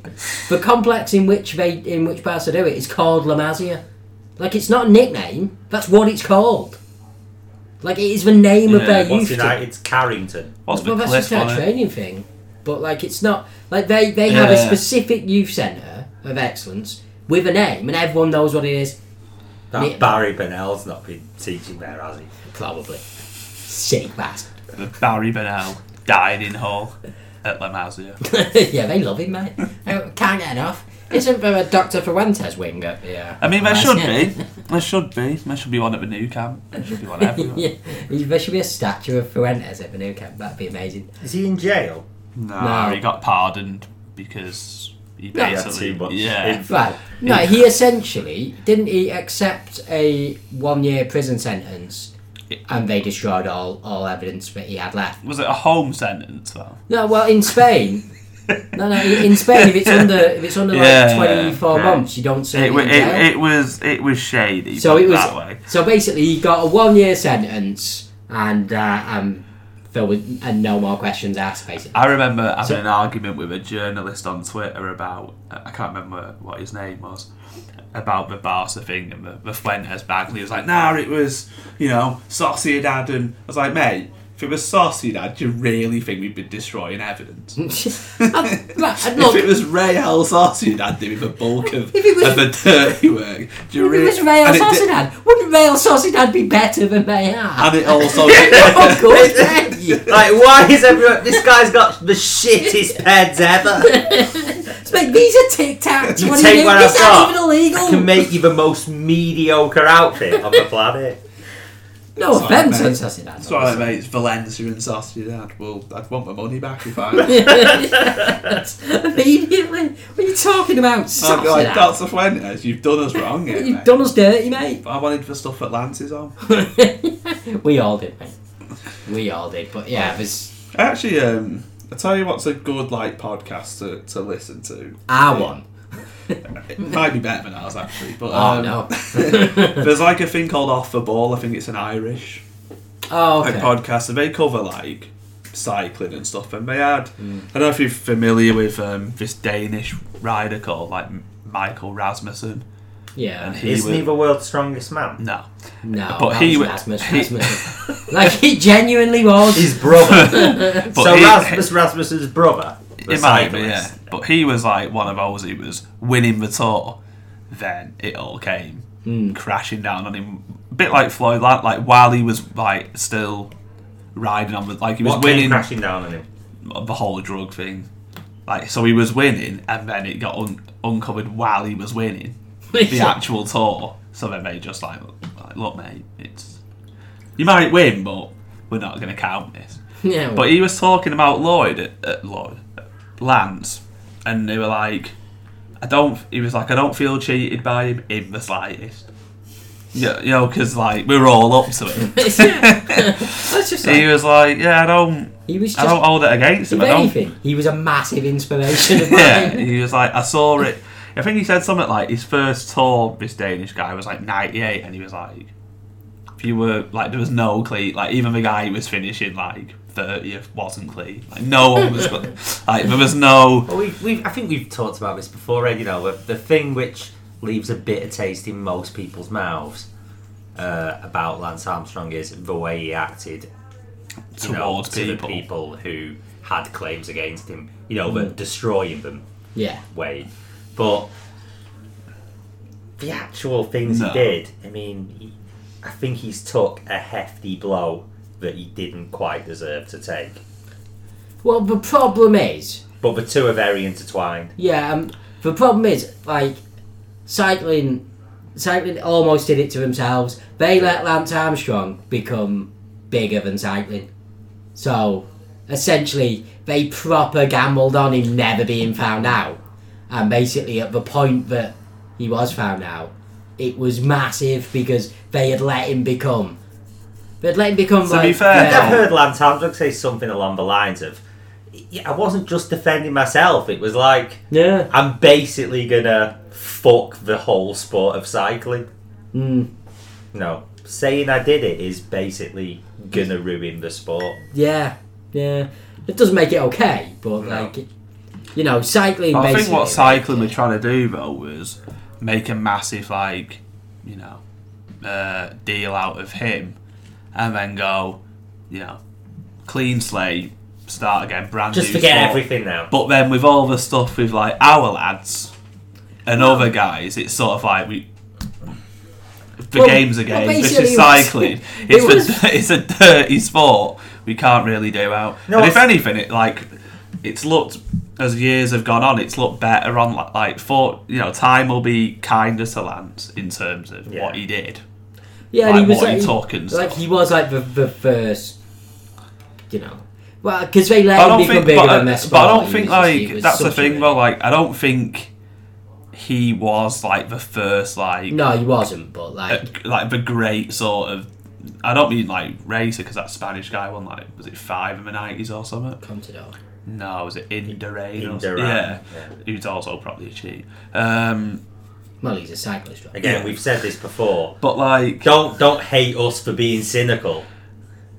S1: the complex in which they in which Barca do it is called La Masia. Like it's not a nickname. That's what it's called. Like it is the name of
S3: Yeah,
S1: their
S2: What's
S1: youth. team.
S2: United's Carrington?
S3: What's
S1: Well,
S3: the
S1: that's just
S3: cliff
S1: their
S3: on it?
S1: training thing. But like it's not like they they have a
S3: Yeah.
S1: specific youth centre of excellence with a name, and everyone knows what it is.
S2: That
S1: Yeah.
S2: Barry Bennell's not been teaching there, has he?
S1: Probably. Sick bastard.
S3: The Barry Bennell dining hall at La Masia.
S1: yeah, they love him, mate. I can't get enough. Isn't there a Dr. Fuentes wing up here?
S3: I mean, there should be. There should be. There should be one at the new camp. There should be one everywhere.
S1: yeah, there should be a statue of Fuentes at the new camp. That'd be amazing.
S2: Is he in jail?
S3: No,
S1: No.
S3: he got pardoned because he
S1: Yeah,
S2: He had
S3: basically.
S2: too much
S3: Yeah.
S2: influence.
S1: Right. No, he essentially didn't he accept a one-year prison sentence, and they destroyed all all evidence that he had left.
S3: Was it a home sentence though?
S1: No, well, in Spain. No, no. In Spain, if it's under if it's under
S3: Yeah,
S1: like twenty four
S3: yeah.
S1: months, you don't serve
S3: It,
S1: it,
S3: wa-
S1: in
S3: it,
S1: jail.
S3: it was it was shady.
S1: So
S3: put
S1: it was.
S3: that way.
S1: So basically, he got a one-year sentence, and uh, um, there was and no more questions asked. Basically,
S3: I remember having an argument with a journalist on Twitter about I can't remember what his name was about the Barca thing and the, the Fuentes bag. And he was like, "Nah, it was you know Sociedad," and I was like, "Mate." If it was Saucy Dad, do you really think we'd be destroying evidence?
S1: I- like, I'd
S3: if it
S1: look,
S3: was Ray L. Saucidad doing the bulk of,
S1: If it was-
S3: of the dirty work, do you
S1: if it
S3: really-
S1: was Real
S3: and it di-
S1: Sociedad, wouldn't Real Sociedad be better than they are?
S3: and it also
S1: of course, thank you.
S2: Like, why is everyone? This guy's got the shittest heads ever.
S1: It's like, these are Tic Tacs.
S2: You
S1: What
S2: take
S1: are you
S2: one
S1: doing? This
S2: I've got.
S1: ain't even illegal.
S2: Can make you the most mediocre outfit on the planet.
S1: No
S3: Sorry,
S1: offence
S3: mate.
S1: on Sociedad.
S3: Sorry, mate, it's Valencia and Saucidad. Well, I'd want my money back if I.
S1: Immediately, what are you talking about?
S3: I'd be like,
S1: Sociedad.
S3: that's the Fuentes, you've done us wrong here.
S1: You've
S3: mate."
S1: done us dirty, mate.
S3: I wanted the stuff at Lance's on.
S1: we all did, mate. We all did, but yeah, there's
S3: Actually, um, I tell you what's a good like podcast to, to listen to.
S1: our one.
S3: It might be better than ours actually, but
S1: Oh
S3: um,
S1: no.
S3: there's like a thing called Off the Ball. I think it's an Irish
S1: oh,
S3: like
S1: okay.
S3: podcast and they cover like cycling and stuff and they had
S1: Hmm.
S3: I don't know if you're familiar with um, this Danish rider called like M- Michael Rasmussen and
S1: Yeah.
S3: he
S2: Isn't
S3: was
S2: he the world's strongest man?
S3: no
S1: No.
S3: But
S1: that
S3: he
S1: was
S3: wa-
S1: Rasmus.
S3: he-
S1: Rasmus. like he genuinely was.
S2: His brother.
S3: but
S2: so
S3: he,
S2: Rasmus Rasmus's brother. the
S3: it might be yeah
S2: cyclist.
S3: but he was like one of those who was winning the tour then it all came
S2: Hmm.
S3: crashing down on him a bit like Floyd like, like while he was like still riding on the like he was
S2: What came
S3: winning
S2: crashing down on him?
S3: the whole drug thing. Like, so he was winning, and then it got un- uncovered while he was winning the actual tour. So then they just like, like, look, mate, it's you might win, but we're not going to count this.
S1: yeah.
S3: But he was talking about Lloyd at, at Lloyd at Lance, and they were like, I don't. He was like, I don't feel cheated by him in the slightest. Yeah, you know, because like we were all up to it.
S1: That's just
S3: He
S1: like,
S3: was like, yeah, I don't,
S1: he was
S3: I
S1: just
S3: don't hold it against
S1: if
S3: him. I don't
S1: anything, he was a massive inspiration of
S3: yeah,
S1: mine.
S3: he was like, I saw it. I think he said something like his first tour. This Danish guy was like '98, and he was like, if you were like, there was no cleat. Like even the guy who was finishing like 30th wasn't clean. Like no one was cle- like there was no.
S2: Well, we've, we've, I think we've talked about this before, Ed. You know, the- the thing which leaves a bitter taste in most people's mouths uh, about Lance Armstrong is the way he acted you know,
S3: Towards
S2: to
S3: people.
S2: the people who had claims against him. You know,
S3: Mm.
S2: the destroying them
S1: Yeah.
S2: way, but the actual things
S3: No.
S2: he did. I mean, he, I think he's took a hefty blow that he didn't quite deserve to take.
S1: Well, the problem is,
S2: But the two are very intertwined.
S1: Yeah, um, the problem is like cycling. Cycling almost did it to themselves. They let Lance Armstrong become bigger than cycling, so essentially they proper gambled on him never being found out. And basically, at the point that he was found out, it was massive because they had let him become. They'd let him become.
S3: To
S1: like,
S3: be fair,
S2: I've
S1: their-
S2: heard Lance Armstrong say something along the lines of, yeah, I wasn't just defending myself. It was like,
S1: yeah.
S2: I'm basically going to fuck the whole sport of cycling. No, saying I did it is basically going to ruin the sport.
S1: Yeah, yeah. It doesn't make it okay, but like, it- you know, cycling.
S3: I think
S1: basically-
S3: what cycling were trying to do though was make a massive like, you know, uh, deal out of him, and then go, you know, clean slate, start again, brand
S2: Just
S3: new.
S2: forget
S3: sport.
S2: everything now.
S3: But then with all the stuff with like our lads and other guys, it's sort of like we. The
S1: Well,
S3: game's a
S1: well,
S3: game. This
S1: basically it
S3: is
S1: was- it
S3: cycling. It's
S1: was-
S3: a, it's a dirty sport. We can't really do out.
S2: No,
S3: and if
S2: it's-
S3: anything, it like it's looked as years have gone on. It's looked better on like, like for you know time will be kinder to Lance in terms of
S2: Yeah.
S3: what he did.
S1: Yeah,
S3: like
S1: and he was
S3: what
S1: like,
S3: he talk and
S1: like
S3: stuff.
S1: he was like the, the first, you know, well, because they let
S3: But I
S1: him
S3: don't
S1: become
S3: think.
S1: bigger
S3: But, I-
S1: than their
S3: but
S1: sport.
S3: I don't
S1: he
S3: think
S1: was just- he
S3: like
S1: was
S3: that's the
S1: such a
S3: thing
S1: big-
S3: though. Like I don't think he was like the first like
S1: No, he wasn't, but like,
S3: like the great sort of. I don't mean like racer because that Spanish guy won like was it five in the nineties or something?
S1: Contador.
S3: No, was it Indurain? or-
S2: Indurain,
S3: Yeah,
S2: yeah.
S3: who's also probably a cheat. Um,
S1: Well, he's a cyclist, right?
S2: Again,
S3: Yeah.
S2: we've said this before.
S3: but like,
S2: Don't don't hate us for being cynical.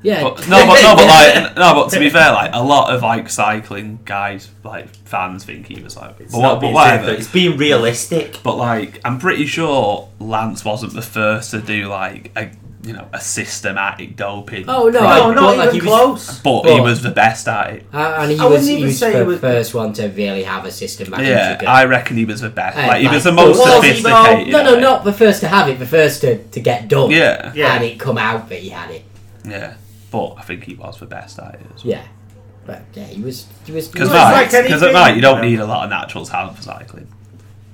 S1: Yeah.
S3: But, no, but no, but like no, but to be fair, like a lot of like cycling guys, like fans, think he was like.
S2: It's
S3: But,
S2: not
S3: what, but
S2: being
S3: whatever.
S2: cynical, it's being realistic.
S3: But like, I'm pretty sure Lance wasn't the first to do like a you know a systematic doping.
S1: Oh, no,
S3: program.
S1: I- but,
S2: No, not
S1: like,
S2: even
S1: he was-
S2: close.
S3: but he was the best at it.
S1: Uh, and he
S2: I
S1: was,
S2: wouldn't
S1: he
S2: even
S1: was
S2: say
S1: the
S2: he was-
S1: first one to really have a system back
S3: Yeah,
S1: in
S3: I reckon he was the best.
S1: Hey,
S3: like he was the
S1: like,
S3: most
S2: but was he, though?
S3: sophisticated.
S1: Oh, No, no,
S3: at it.
S1: not the first to have it, the first to, to get done.
S3: Yeah,
S2: Yeah.
S1: And it come out that he had it.
S3: yeah. But I think he was the best at it. As well.
S1: Yeah. But yeah, he was. He was.
S3: Because
S2: Well, it's
S3: like,
S2: like
S3: because at
S2: anything.
S3: night you don't need a lot of natural talent for cycling,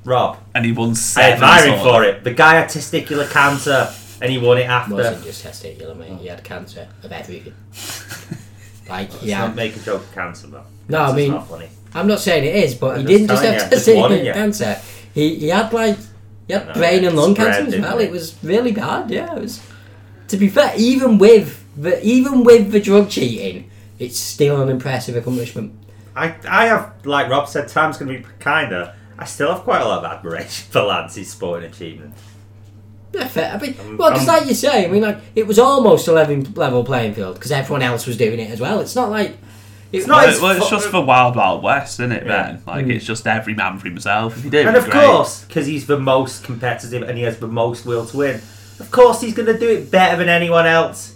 S2: Rob,
S3: and he won
S2: I
S3: seven.
S2: admire him
S3: sort
S2: for
S3: of-
S2: it. The guy had testicular cancer and he won it
S1: It
S2: after.
S1: wasn't just testicular, mate. He had cancer of everything. Like,
S2: Let's
S1: yeah.
S2: not make a joke of cancer, though.
S1: No, I
S2: It's
S1: mean,
S2: not funny.
S1: I'm not saying it is, but
S2: I'm
S1: he didn't
S2: just
S1: just have
S2: telling you, just warning you.
S1: testicular cancer. He he had like he had
S2: No,
S1: brain
S2: it
S1: and lung
S2: spread,
S1: cancer as
S2: didn't
S1: well.
S2: it?
S1: It was really bad. Yeah, it was. To be fair, even with the even with the drug cheating, it's still an impressive accomplishment.
S2: I, I have, like Rob said, time's going to be kinder. I still have quite a lot of admiration for Lance's sporting achievement.
S1: Yeah, fair. I mean,
S2: Um,
S1: well, because
S2: um,
S1: like you say, I mean, like it was almost a level level playing field because everyone else was doing it as well. It's not like
S2: It's not
S3: Well,
S2: his
S3: it- well, it's
S2: fault.
S3: just for Wild Wild West, isn't it?
S2: Yeah.
S3: Then, like,
S1: Mm.
S3: it's just every man for himself. If you do,
S2: And of
S3: great.
S2: course, because he's the most competitive and he has the most will to win, of course he's going to do it better than anyone else.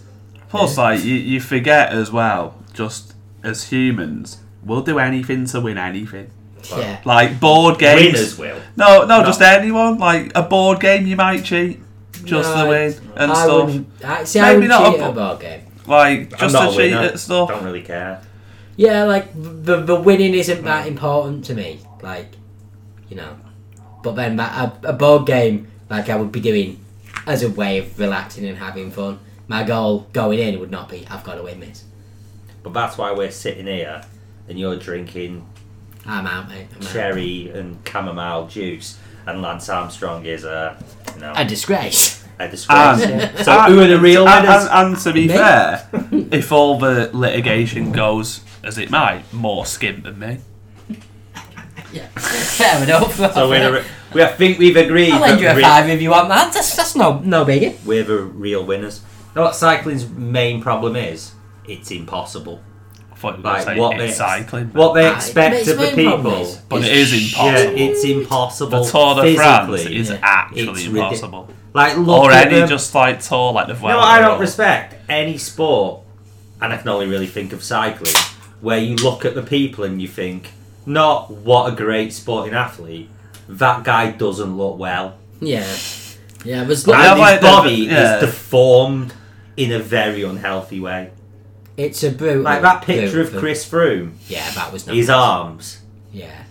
S3: Plus, like you, you forget as well, just as humans, we'll do anything to win anything.
S1: yeah.
S3: Like board games.
S2: Winners will.
S3: No, no, just anyone. Like a board game, you might cheat just
S1: No,
S3: to win and
S1: I
S3: stuff.
S1: wouldn't. I, see, I
S3: Maybe
S1: would
S3: not a
S1: cheat at a
S3: bu-
S1: ball game.
S3: Like
S2: I'm
S3: just
S2: not
S3: to
S2: a
S3: cheat
S2: winner.
S3: at stuff.
S2: Don't really care.
S1: Yeah, like the the winning isn't that important to me. Like, you know, but then that a, a board game like I would be doing as a way of relaxing and having fun. My goal going in would not be I've got to win this.
S2: But that's why we're sitting here and you're drinking
S1: I'm out, mate. I'm out.
S2: Mm-hmm. cherry and chamomile juice, and Lance Armstrong is a, you know,
S1: A disgrace.
S2: a disgrace.
S3: And,
S2: So
S1: Ah.
S2: who are the real
S3: and,
S2: winners?
S3: and, and to be
S1: Me.
S3: fair, if all the litigation goes as it might, more skimp than me.
S1: Yeah, fair enough.
S2: So we're the, we I think we've agreed
S1: I'll lend you
S2: that
S1: a
S2: re-
S1: five if you want, man. That's that's no no biggie.
S2: we're the real winners. You know what cycling's main problem is? It's impossible.
S3: I thought you were
S2: Like
S3: going
S2: what
S3: to say
S2: they
S3: it's cycling. but-
S2: what they
S1: Ah,
S2: expect
S1: it's
S2: of the
S1: main problem
S2: people.
S1: is-
S3: But it is
S2: Yeah,
S3: impossible.
S2: it's impossible.
S3: the Tour de France
S2: physically.
S3: is
S1: yeah.
S3: actually
S2: It's ridic-
S3: impossible.
S2: like look
S3: Or
S2: at
S3: any
S2: them.
S3: just like tour like the Vuelta.
S2: You know what um, I
S3: or-
S2: don't respect any sport, and I can only really think of cycling, where you look at the people and you think, not what a great sporting athlete. That guy doesn't look well.
S1: Yeah, yeah. There's
S3: But
S2: and
S3: I
S1: not,
S3: have
S2: his
S3: like the-
S2: body
S3: yeah.
S2: is deformed in a very unhealthy way.
S1: it's a brutal.
S2: Like that picture of
S1: brutal-
S2: Chris Froome,
S1: Yeah, that was not.
S2: his arms.
S1: Yeah.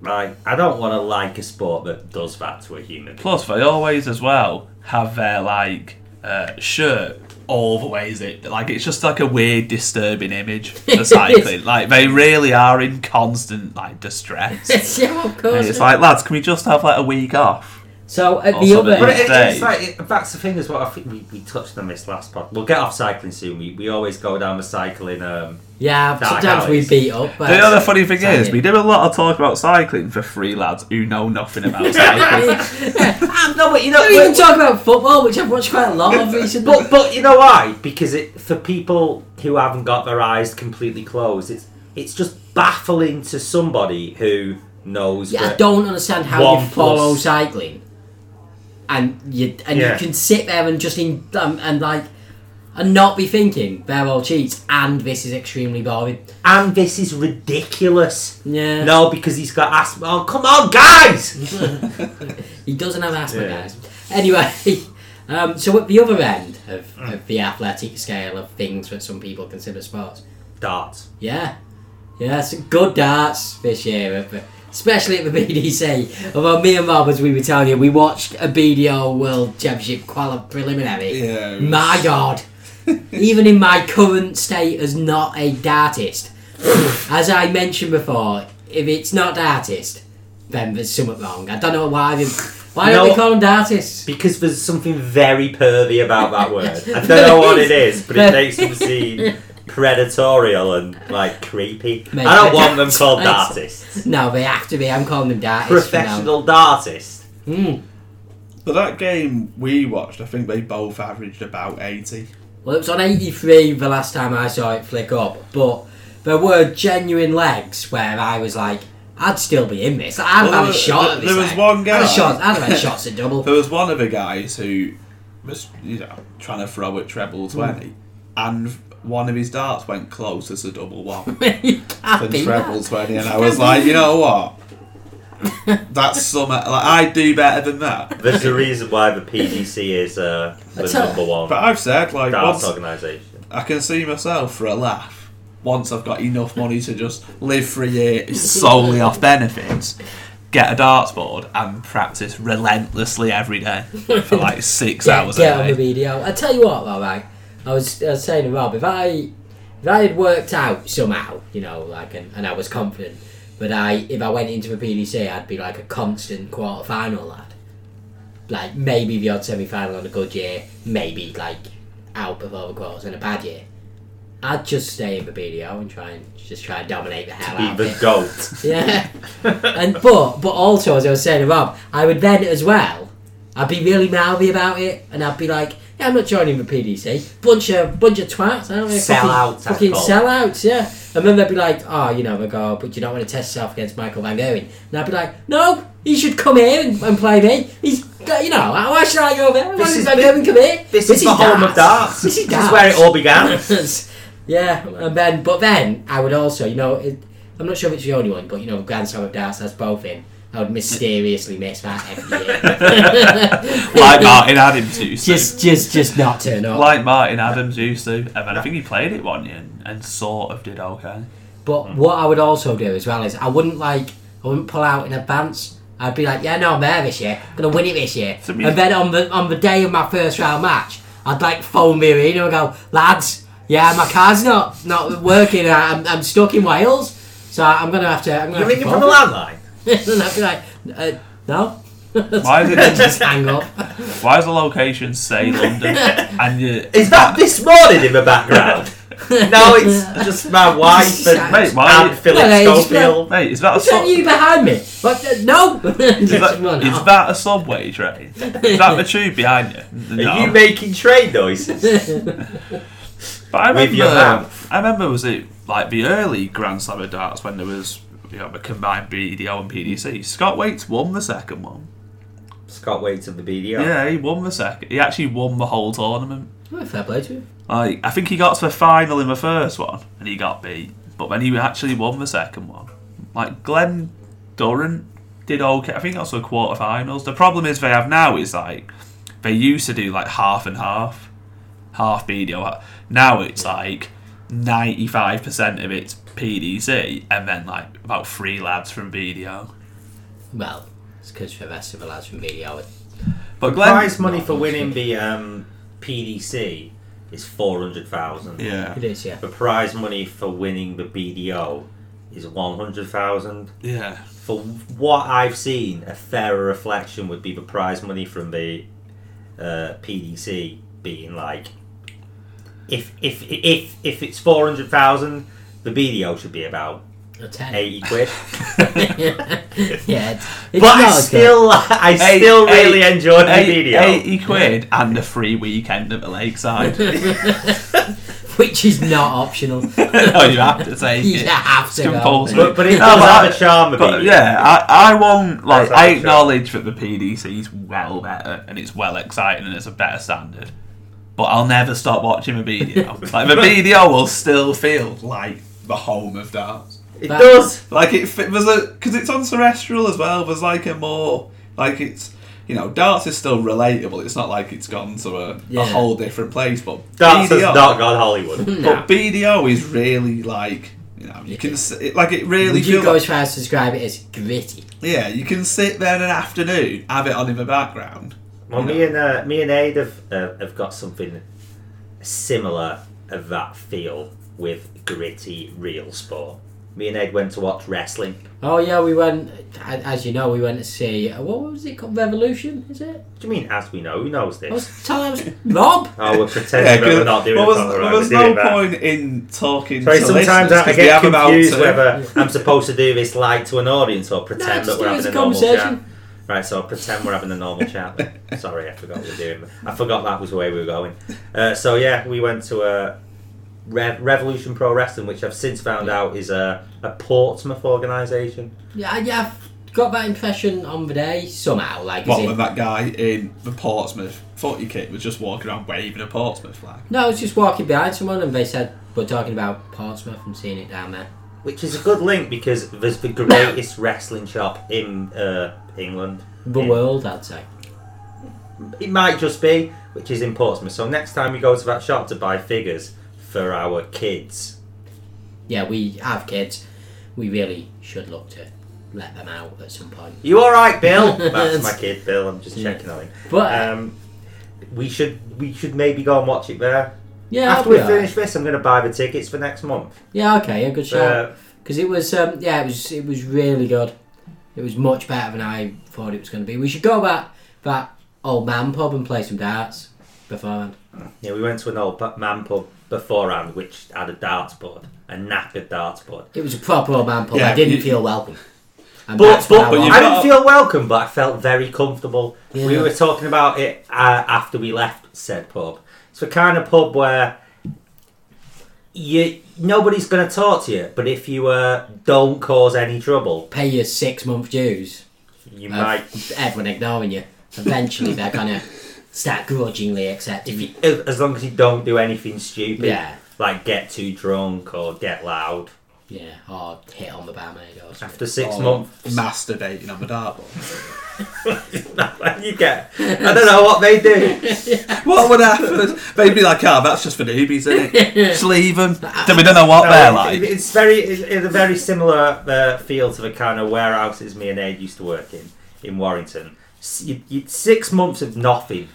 S2: Like I don't want to like a sport that does that to a human. being.
S3: Plus, they always as well have their like uh, shirt all the way. Is it like it's just like a weird, disturbing image of cycling. like they really are in constant like distress. And
S1: yeah, of course.
S3: it's like lads, can we just have like a week off?
S1: so at the
S3: Also
S1: other.
S2: But
S3: the-
S2: it,
S3: Stay.
S2: it's like it, that's the thing as well. I think we, we touched on this last pod. We'll get off cycling soon. We, we always go down the cycling. Um,
S1: Yeah,
S2: Dark
S1: sometimes we
S2: alleys.
S1: beat up. but-
S3: the other funny thing is,
S1: Cycling.
S3: we do a lot of talk about cycling for three lads who know nothing about cycling.
S2: Ah, no, but you know,
S1: Don't even talk about football, which I've watched quite a lot of recently.
S2: but but you know why? Because it for people who haven't got their eyes completely closed, it's it's just baffling to somebody who knows.
S1: yeah, I
S2: that-
S1: don't understand how
S2: One
S1: you follow
S2: plus.
S1: cycling, and you and
S2: Yeah.
S1: you can sit there and just in um, and like and not be thinking they're all cheats and this is extremely boring.
S2: and this is ridiculous.
S1: Yeah,
S2: No, because he's got asthma. Oh, come on, guys!
S1: he doesn't have asthma,
S2: Yeah.
S1: guys. Anyway, um, so at the other end of, of the athletic scale of things that some people consider sports,
S2: Darts.
S1: Yeah, yeah, it's good darts this year, but especially at the BDC. Although me and Rob, as we were telling you, we watched a BDO World Championship quali- preliminary.
S4: Yeah.
S1: My God, even in my current state as not a dartist, as I mentioned before, if it's not dartist, then there's something wrong. I don't know why. They, why
S2: You
S1: don't
S2: know-
S1: they call them dartists?
S2: Because there's something very pervy about that word. I don't know what it is, but it makes them seem predatorial and like creepy.
S1: Mate,
S2: I don't
S1: I-
S2: want them called
S1: I-
S2: dartists.
S1: No, they have to be. I'm calling them dartists.
S2: Professional dartists.
S1: From now. on. Mm.
S4: But that game we watched, I think they both averaged about 80.
S1: Well, it was on 83 the last time I saw it flick up, but there were genuine legs where I was like, I'd still be in this. I'd
S3: Well,
S1: have a
S3: there-
S1: shot at this.
S3: there was
S1: leg.
S3: one
S1: I'd
S3: guy.
S1: have, shot, I'd have had shots at double.
S3: There was one of the guys who was, you know, trying to throw at treble
S1: Hmm.
S3: 20, and one of his darts went close as a double one
S1: You can't
S3: than
S1: beat
S3: treble
S1: that.
S3: 20, and I was like, you know what? That's some. Like, I'd do better than that.
S2: There's a reason why the PDC is uh, the
S1: That's a-
S2: number one
S3: But I've said, like,
S2: dance
S3: once
S2: organisation.
S3: I can see myself for a laugh, once I've got enough money to just live for a year solely off benefits, get a darts board and practice relentlessly every day for like six
S1: Get,
S3: hours
S1: get
S3: a
S1: on
S3: day.
S2: eh?
S1: the video. I tell you what, though, like, I was, I was saying to Rob, if I, if I had worked out somehow, you know, like, and, and I was confident, but I, if I went into a PDC, I'd be like a constant quarter final lad. Like, maybe the odd semi final on a good year, maybe, like, out before the quarters in a bad year. I'd just stay in the BDO and try and just try and dominate the hell out
S2: Be
S1: of
S2: the
S1: it.
S2: goat.
S1: Yeah. and but but also as I was saying to Rob, I would then as well I'd be really mouthy about it and I'd be like, Yeah, I'm not joining the PDC. Bunch of bunch of twats, I don't know.
S2: Sellouts, I'd
S1: Fucking, fucking
S2: call
S1: sellouts, yeah. And then they'd be like, Oh, you know, they go, but you don't want to test yourself against Michael Van Gerwen and I'd be like, No, he should come here and, and play me. He's you know, why should I go there? Why
S2: This
S1: should
S2: is
S1: Van
S2: the-
S1: Gerwen come here?
S2: This, is, the home of darts.
S1: This is
S2: This
S1: darts.
S2: is where it all began.
S1: yeah, and then but then I would also, you know, it, I'm not sure if it's the only one, but you know, Grand Slam of Darts has both in. I would mysteriously miss that every year.
S3: Like Martin Adams used to.
S1: just, just, just not turn up.
S3: like Martin Adams used to. And then I think he played it one year and, and sort of did okay.
S1: But what I would also do as well is I wouldn't like, I wouldn't pull out in advance. I'd be like, yeah, no, I'm there this year. I'm gonna win it this year.
S3: So we-
S1: And then on the on the day of my first round match, I'd like phone the arena and go, lads, yeah, my car's not not working. I- I'm, I'm stuck in Wales, so I'm gonna have to. I'm gonna have
S2: You're
S1: to
S2: ringing from the
S1: phone."
S2: landline.
S1: and I'd be like, uh, no.
S3: Why is it-
S1: just hang up?
S3: Why does the location say London? And you,
S2: Is that this morning in the background? no, it's just my wife and,
S3: Mate, why-
S2: and Philip
S1: Well, it's not-
S2: Schofield.
S3: mate, is that a
S1: Is that
S3: sub?
S1: you behind me? But uh, no. Just
S3: Is that,
S1: run
S3: is
S1: off.
S3: that a subway train? Is that the tube behind you? No.
S2: Are you making train noises?
S3: But I
S2: with
S3: remember,
S2: your mouth.
S3: I remember was it like the early Grand Slam of darts when there was you know the combined BDO and PDC. Scott Waits won the second one.
S2: Scott Waits of the BDO.
S3: Yeah, he won the second. He actually won the whole tournament.
S1: Oh, fair play to you.
S3: Like I think he got to the final in the first one and he got beat, but then he actually won the second one. Like Glenn Durant did okay. I think that's the quarterfinals. The problem is they have now is like they used to do like half and half, half BDO. ha- Now it's like ninety five percent of it's PDC and then like about three lads from BDO.
S1: Well, it's because the rest of the lads from video are
S3: But Glenn,
S2: Prize money for winning the um, PDC is four hundred thousand.
S3: yeah,
S1: It is, yeah.
S2: The prize money for winning the BDO is one hundred thousand.
S3: yeah.
S2: For what I've seen, a fairer reflection would be the prize money from the uh, PDC being like, if if if if it's four hundred thousand, the BDO should be about
S1: A ten.
S2: eighty quid.
S1: yeah, it's, it's
S2: but I
S1: not as good.
S2: still, I
S3: Eight-
S2: still really
S3: eight-
S2: enjoy the
S3: Eight-
S2: BDO.
S3: 80 quid and a free weekend at the lakeside.
S1: which is not optional.
S3: no, you have to take
S1: You
S3: it.
S1: have to
S3: It's
S1: go.
S3: compulsory.
S2: But, but it
S3: No,
S2: does
S3: but I-
S2: have a charm of
S3: But
S2: it.
S3: yeah, I, I won't like.
S2: That's how
S3: I
S2: it should.
S3: acknowledge that the PDC is well better and it's well exciting and it's a better standard. But I'll never stop watching the BDO. like the BDO will still feel like the home of darts.
S2: It
S1: That-
S2: does.
S3: Like it fi- there's a because it's on terrestrial as well. There's like a more like it's you know darts is still relatable. It's not like it's gone to a,
S1: Yeah.
S3: a whole different place. But
S2: That's has
S3: BDO
S2: not gone Hollywood.
S3: but BDO is really like you know you can s- it, like it really
S1: Would you
S3: feels
S1: go
S3: like-
S1: as far as to describe it as gritty?
S3: yeah you can sit there in an afternoon have it on in the background.
S2: Well,
S3: you
S2: me
S3: know.
S2: and uh, me and Aid have uh, have got something similar of that feel with gritty real sport. Me and Aid went to watch wrestling.
S1: Oh yeah, we went. a- As you know, we went to see uh, what was it called? Revolution, is it?
S2: What do you mean? As we know, who knows
S1: I
S2: this?
S1: was telling I was Rob.
S2: Oh, we're
S3: Yeah,
S2: pretending that
S3: 'cause
S2: we're not doing
S3: there
S2: it.
S3: was,
S2: properly,
S3: there
S2: we're
S3: was
S2: doing
S3: no
S2: that.
S3: point in talking
S2: Sorry,
S3: to
S2: sometimes
S3: listeners
S2: I, I
S3: 'cause we
S2: get
S3: have about
S2: confused
S3: two-
S2: whether I'm supposed to do this live to an audience or pretend
S1: just
S2: that we're
S1: do it
S2: having
S1: as
S2: a
S1: a
S2: normal
S1: conversation.
S2: chat. Right, so pretend we're having a normal chat. then. Sorry, I forgot we were doing. I forgot that was the way we were going. Uh, so yeah, we went to a Re- Revolution Pro Wrestling, which I've since found out is a, a Portsmouth organisation.
S1: Yeah, I- yeah, I've got that impression on the day somehow. Like, as
S4: What
S1: in-
S4: with that guy in the Portsmouth footy kit was just walking around waving a Portsmouth flag.
S1: no, I was just walking behind someone and they said we're talking about Portsmouth and seeing it down there.
S2: Which is a good link because there's the greatest wrestling shop in uh, England.
S1: The
S2: In-
S1: world, I'd say.
S2: It might just be, which is in Portsmouth. So next time we go to that shop to buy figures for our kids,
S1: Yeah, we have kids. We really should look to let them out at some point.
S2: you all right, Bill? That's my kid, Bill. I'm just
S1: Yeah.
S2: checking on him.
S1: But uh,
S2: Um, we should we should maybe go and watch it there.
S1: yeah,
S2: After
S1: I'll
S2: we
S1: be alright.
S2: finish this, I'm going to buy the tickets for next month.
S1: yeah, okay, a good shout.
S2: Uh,
S1: Because it was, um, yeah, it was, it was really good. It was much better than I thought it was going to be. We should go back that old man pub and play some darts beforehand.
S2: yeah, we went to an old pu- man pub beforehand, which had a darts board, a knackered darts board.
S1: It was a proper old man pub.
S4: Yeah,
S1: I didn't
S4: you-
S1: feel welcome. And
S2: But,
S1: that's what
S2: but,
S1: I
S4: but
S1: want.
S4: you-
S2: I didn't
S4: got-
S2: feel welcome, but I felt very comfortable. We
S1: Yeah.
S2: were talking about it uh, after we left said pub. It's the kind of pub where you nobody's going to talk to you, but if you uh, don't cause any trouble,
S1: pay your six month dues
S2: you
S1: of
S2: might.
S1: everyone ignoring you. Eventually, they're gonna start grudgingly accepting you.
S2: As as long as you don't do anything stupid,
S1: Yeah,
S2: like get too drunk or get loud.
S1: yeah, or hit on the barmaid or something.
S2: After six
S4: Or
S2: months,
S4: masturbating on the dartboard.
S2: you get. I don't know what they do.
S4: what would happen? They'd be
S3: "Oh,
S4: like, "Ah, that's just for newbies, isn't it? Just leave 'em." Do we don't know what they're
S2: No,
S4: like?
S2: it- It's very, it's it's a very similar uh, feel to the kind of warehouses me and Ed used to work in in Warrington. S- you- you- six months of nothing.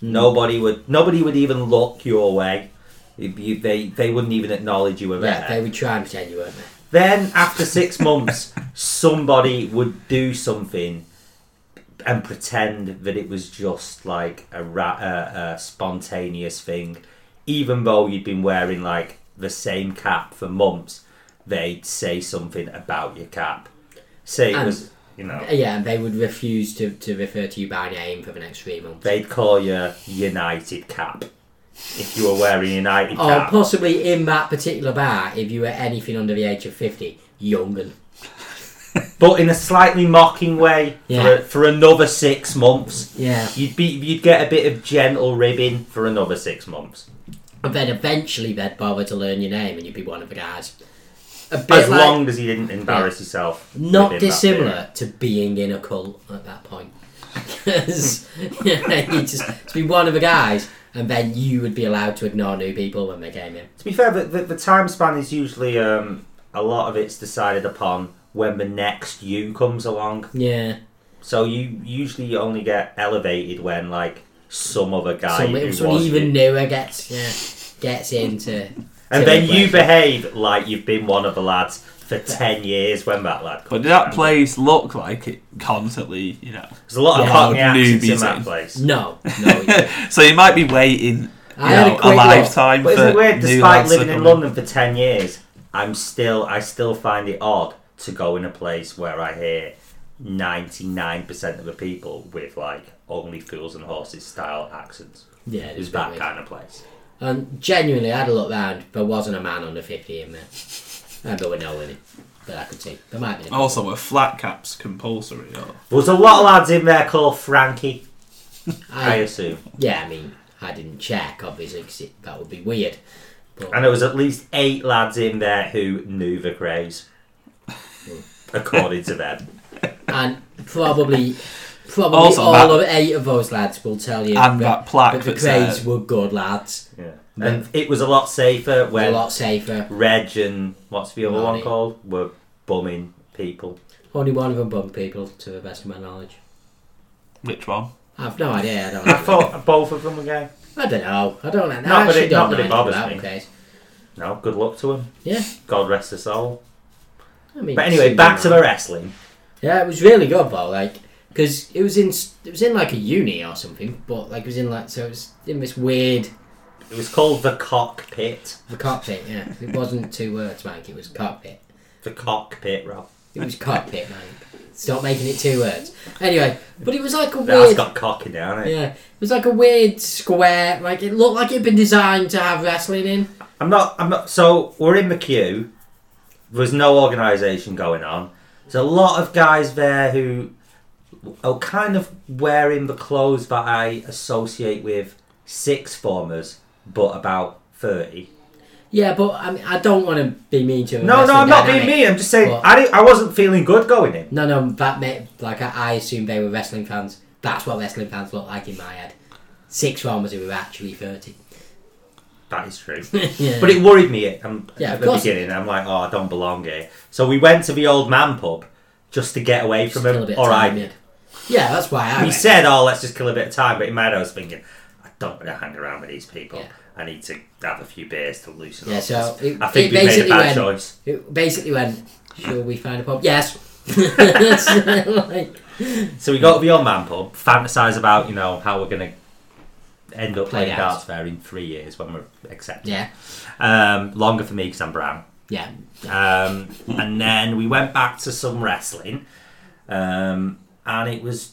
S2: Nobody would, nobody would even look your way. If you- they, they wouldn't even acknowledge you were there.
S1: Yeah, they would try and pretend you weren't there.
S2: Then after six months, somebody would do something and pretend that it was just like a, ra- uh, a spontaneous thing, even though you'd been wearing like the same cap for months. They'd say something about your cap. Say it
S1: And-
S2: was, you know,
S1: Yeah, and they would refuse to, to refer to you by name for the next three months.
S2: they'd call you United Cap if you were wearing United
S1: Or
S2: Cap.
S1: possibly in that particular bar, if you were anything under the age of 50, young and
S2: but in a slightly mocking way for,
S1: Yeah.
S2: a, for another six months.
S1: Yeah.
S2: You'd be you'd get a bit of gentle ribbing for another six months,
S1: And then eventually they'd bother to learn your name and you'd be one of the guys. A bit
S2: as
S1: like-
S2: long as you didn't embarrass yourself. within
S1: Not
S2: that
S1: dissimilar to being in a cult at that point. Because you just to be one of the guys, and then you would be allowed to ignore new people when they came in.
S2: period. To be fair, the, the, the time span is usually um, a lot of it's decided upon when the next you comes along.
S1: Yeah,
S2: So you usually only get elevated when like some other guy
S1: some,
S2: who
S1: some
S2: was
S1: even
S2: you-
S1: newer gets yeah gets into.
S2: and
S1: to
S2: then
S1: the
S2: you
S1: place.
S2: behave like you've been one of the lads for ten years when that lad.
S3: But
S2: comes
S3: did that
S2: around.
S3: place look like it constantly, you know?
S2: There's a lot of
S1: Yeah.
S2: cockney accents in
S3: Newbies
S2: that
S3: in.
S2: place.
S1: No, no. it-
S3: So you might be waiting
S1: I
S3: you
S1: had
S3: know,
S1: a quick
S3: a
S1: look.
S3: lifetime
S2: But
S3: for
S2: isn't it weird?
S3: new
S2: Despite
S3: lads to
S2: living in
S3: come
S2: London for ten years, I'm still I still find it odd to go in a place where I hear ninety nine percent of the people with like only fools and horses style accents.
S1: Yeah, it
S2: It's
S1: is
S2: that
S1: weird.
S2: kind of place.
S1: And genuinely, I had a look round. There wasn't a man under fifty in there, and there were no in it that I could see. There might
S2: Oh,
S1: be.
S3: Oh,
S4: Also, were flat caps compulsory? Or
S2: There was a lot of lads in there called Frankie. I
S1: I,
S2: assume,
S1: yeah, I mean, I didn't check obviously because that would be weird.
S2: and there was at least eight lads in there who knew the craze, according to them.
S1: and probably probably
S3: Also,
S1: all
S3: that-
S1: of eight of those lads will tell you
S3: And that plaque
S1: that the
S3: that's
S1: Crays
S3: there.
S1: were good lads
S2: Yeah, and it was a lot safer
S1: a
S2: when
S1: lot safer
S2: Reg and what's the other one
S1: Marty.
S2: called were bumming people.
S1: only one of them bumped people to the best of my knowledge
S3: Which one?
S1: I've no idea I don't
S2: I
S1: know
S2: thought both of them were gay.
S1: I don't know I don't know
S2: Not
S1: I
S2: that it-
S1: actually don't know
S2: not that it
S1: anything
S2: bothers
S1: about
S2: me.
S1: them Crays
S2: No, good luck to him.
S1: yeah
S2: God rest his soul.
S1: I mean,
S2: But anyway, back to the wrestling.
S1: yeah it was really good though like because it was in s- it was in like a uni or something but like it was in like so it was in this weird
S2: It was called the cockpit.
S1: the cockpit yeah it wasn't two words Mike it was cockpit
S2: The cockpit, Rob.
S1: it was cockpit Mike Stop making it two words. Anyway, but it was like a
S2: That's
S1: weird.
S2: got cocky down it.
S1: Yeah, it was like a weird square. Like it looked like it'd been designed to have wrestling in.
S2: I'm not. I'm not. So we're in the queue. There's no organisation going on. There's a lot of guys there who are kind of wearing the clothes that I associate with six formers, but about thirty.
S1: Yeah, but I mean, I don't want to be mean to. a
S2: No, no,
S1: wrestling
S2: I'm not being
S1: dynamic.
S2: mean. I'm just saying
S1: What?
S2: I didn't, I wasn't feeling good going in.
S1: No, no, that meant like I, I assumed they were wrestling fans. That's what wrestling fans look like in my head. Six Romans who were actually thirty.
S2: That is true.
S1: yeah.
S2: But it worried me um,
S1: Yeah,
S2: at
S1: of
S2: the
S1: course.
S2: beginning. I'm like, oh, I don't belong here. So we went to the old man pub just to get away
S1: Just
S2: from
S1: kill a bit
S2: him.
S1: of
S2: All
S1: time,
S2: right.
S1: yeah. Yeah, that's why I.
S2: He
S1: went.
S2: said, oh, let's just kill a bit of time. But in my head, I was thinking, I don't want to hang around with these people.
S1: Yeah.
S2: I need to have a few beers to loosen
S1: Yeah,
S2: up.
S1: so it-
S2: I think
S1: it
S2: we made a
S1: basically
S2: bad
S1: went-
S2: choice.
S1: It basically went. Shall we find a pub? Yes. So, like,
S2: So we got to the old man pub, fantasise about, you know, how we're going to end up
S1: Play
S2: playing
S1: out.
S2: darts there in three years when we're accepted.
S1: yeah,
S2: Um, longer for me because I'm brown.
S1: yeah.
S2: Um, and then we went back to some wrestling, um, and it was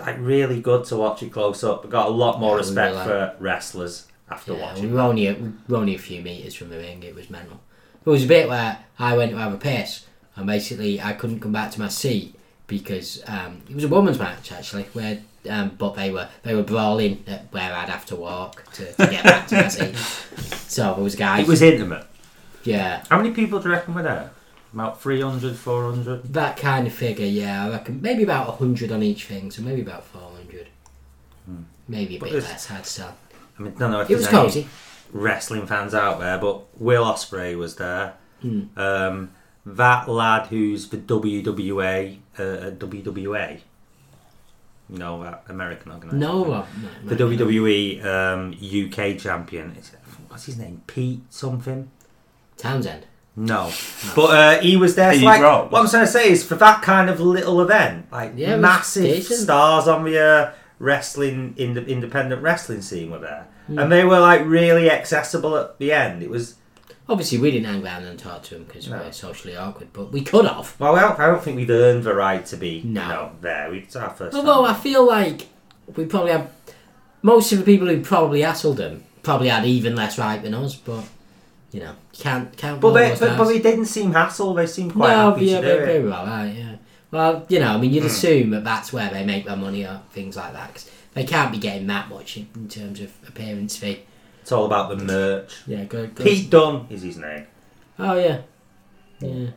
S2: like really good to watch it close up. I got a lot more
S1: Yeah, we
S2: respect
S1: were
S2: for wrestlers after
S1: Yeah, we
S2: watching.
S1: were only a, we were only a few meters from the ring. It was mental. It was a bit where I went to have a piss, and basically I couldn't come back to my seat because um, it was a women's match actually. Where um, but they were they were brawling at where I'd have to walk to, to get back to my seat. So there was guys.
S2: It was intimate.
S1: yeah,
S2: How many people do you reckon were there? About 300, 400?
S1: that kind of figure. Yeah, I reckon maybe about hundred on each thing, so maybe about four hundred. Maybe a
S2: Hmm. But
S1: bit
S2: there's-
S1: less. Hard to tell.
S2: I mean, don't know if
S1: It was
S2: there's any
S1: cozy.
S2: wrestling fans out there, but Will Osprey was there.
S1: Hmm.
S2: Um, that lad who's the WWA, uh, WWA, you know, that American organisation.
S1: No, Rob, no, no,
S2: the E
S1: no.
S2: WWE um, UK champion. It's, what's his name? Pete something?
S1: Townsend.
S2: No, but uh, he was there. so,
S3: Pete
S2: like,
S3: Rose.
S2: what I'm trying to say is, for that kind of little event, like
S1: Yeah, it was
S2: massive
S1: decent.
S2: stars on the uh, wrestling in the independent wrestling scene were there,
S1: Hmm.
S2: and they were like really accessible at the end. It was
S1: Obviously, we didn't hang around and talk to him because
S2: No.
S1: we're socially awkward, but we could have.
S2: well, I don't, I don't think we'd earned the right to be
S1: No.
S2: you know, there. We it's our first.
S1: Although I
S2: time.
S1: feel like we probably have most of the people who probably hassled him probably had even less right than us, but you know, can't can't.
S2: but
S1: rule
S2: they,
S1: those
S2: but, but
S1: guys.
S2: they didn't seem hassle. They seemed quite
S1: no,
S2: happy
S1: yeah,
S2: to do
S1: they,
S2: it. Hmm.
S1: they were all right, yeah. Well, you know, I mean, you'd assume that that's where they make their money or things like that. 'cause they can't be getting that much in, in terms of appearance fee.
S2: It's all about the merch.
S1: Yeah, go, go.
S2: Pete Dunne is his name.
S1: Oh yeah, yeah.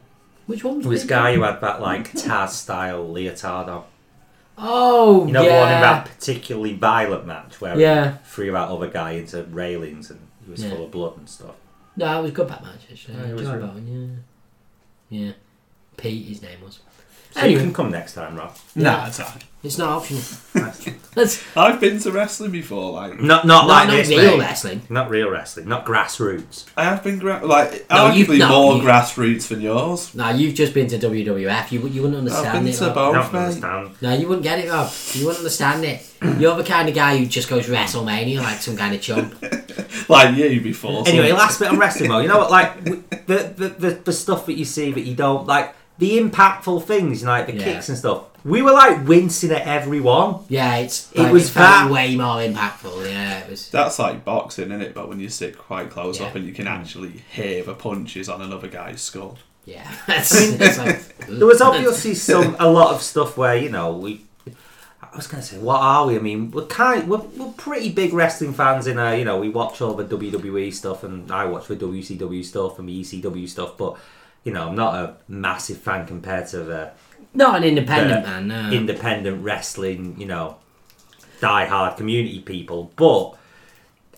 S1: Which one was
S2: This
S1: Pete?
S2: guy who had that like Taz style leotard on.
S1: Oh
S2: You know
S1: yeah.
S2: the one in that particularly violent match where
S1: Yeah.
S2: he threw that other guy into railings and he was
S1: Yeah.
S2: full of blood and stuff.
S1: No, it was good that match actually.
S2: Oh, Yeah,
S1: I
S2: it was
S1: enjoyed
S2: really-
S1: that one, yeah. Yeah. Pete, his name was.
S2: So you
S1: Anyway.
S2: can come next time, Rob.
S3: Nah, it's alright.
S1: It's not optional. That's
S3: I've been to wrestling before, like
S2: Not not
S1: not,
S2: like
S1: not
S2: this,
S1: real
S2: mate.
S1: wrestling.
S2: Not real wrestling, not grassroots.
S3: I have been gra- like
S1: No, you've
S3: arguably
S1: not,
S3: more
S1: you-
S3: grassroots than yours.
S1: No, you've just been to WWF. You, wou- you wouldn't
S3: I've
S1: understand
S3: been
S1: it.
S3: to
S1: Rob.
S2: I
S3: both,
S2: don't
S3: mate.
S2: understand.
S1: No, you wouldn't get it, Rob. You wouldn't understand it. You're the kind of guy who just goes WrestleMania like some kind of chump.
S3: Like you before. so-
S2: Anyway, last bit on wrestling though. You know what? Like w- the, the the the stuff that you see that you don't like, the impactful things, like the
S1: Yeah.
S2: kicks and stuff. We were like wincing at everyone.
S1: Yeah, it's.
S2: It
S1: like,
S2: was
S1: felt
S2: that-
S1: way more impactful. Yeah, it was.
S3: That's like boxing, is it? But when you sit quite close
S1: Yeah.
S3: up and you can actually hear the punches on another guy's skull.
S1: Yeah, It's- it's like,
S2: There was obviously some a lot of stuff where you know we. I was gonna say, what are we? I mean, we're kind, we're, we're pretty big wrestling fans in a, you know, we watch all the WWE stuff, and I watch the WCW stuff and the ECW stuff, but you know, I'm not a massive fan compared to the
S1: not an independent
S2: the
S1: man. No.
S2: independent wrestling, you know, die-hard community people. But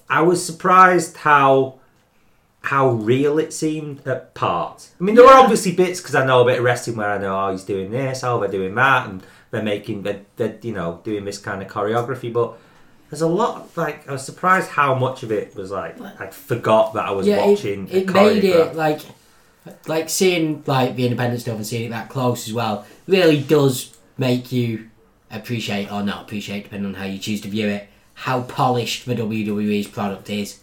S2: I was surprised how how real it seemed at parts. I mean, there were
S1: Yeah.
S2: obviously bits because I know a bit of wrestling where I know oh he's doing this, oh they're doing that, and they're making they're, they're you know doing this kind of choreography, but. There's a lot of, like I was surprised how much of it was like I forgot that I was
S1: yeah,
S2: watching.
S1: It, it
S2: a
S1: made it
S2: choreograph.
S1: like like seeing like the independent stuff and seeing it that close as well really does make you appreciate or not appreciate depending on how you choose to view it how polished the WWE's product is.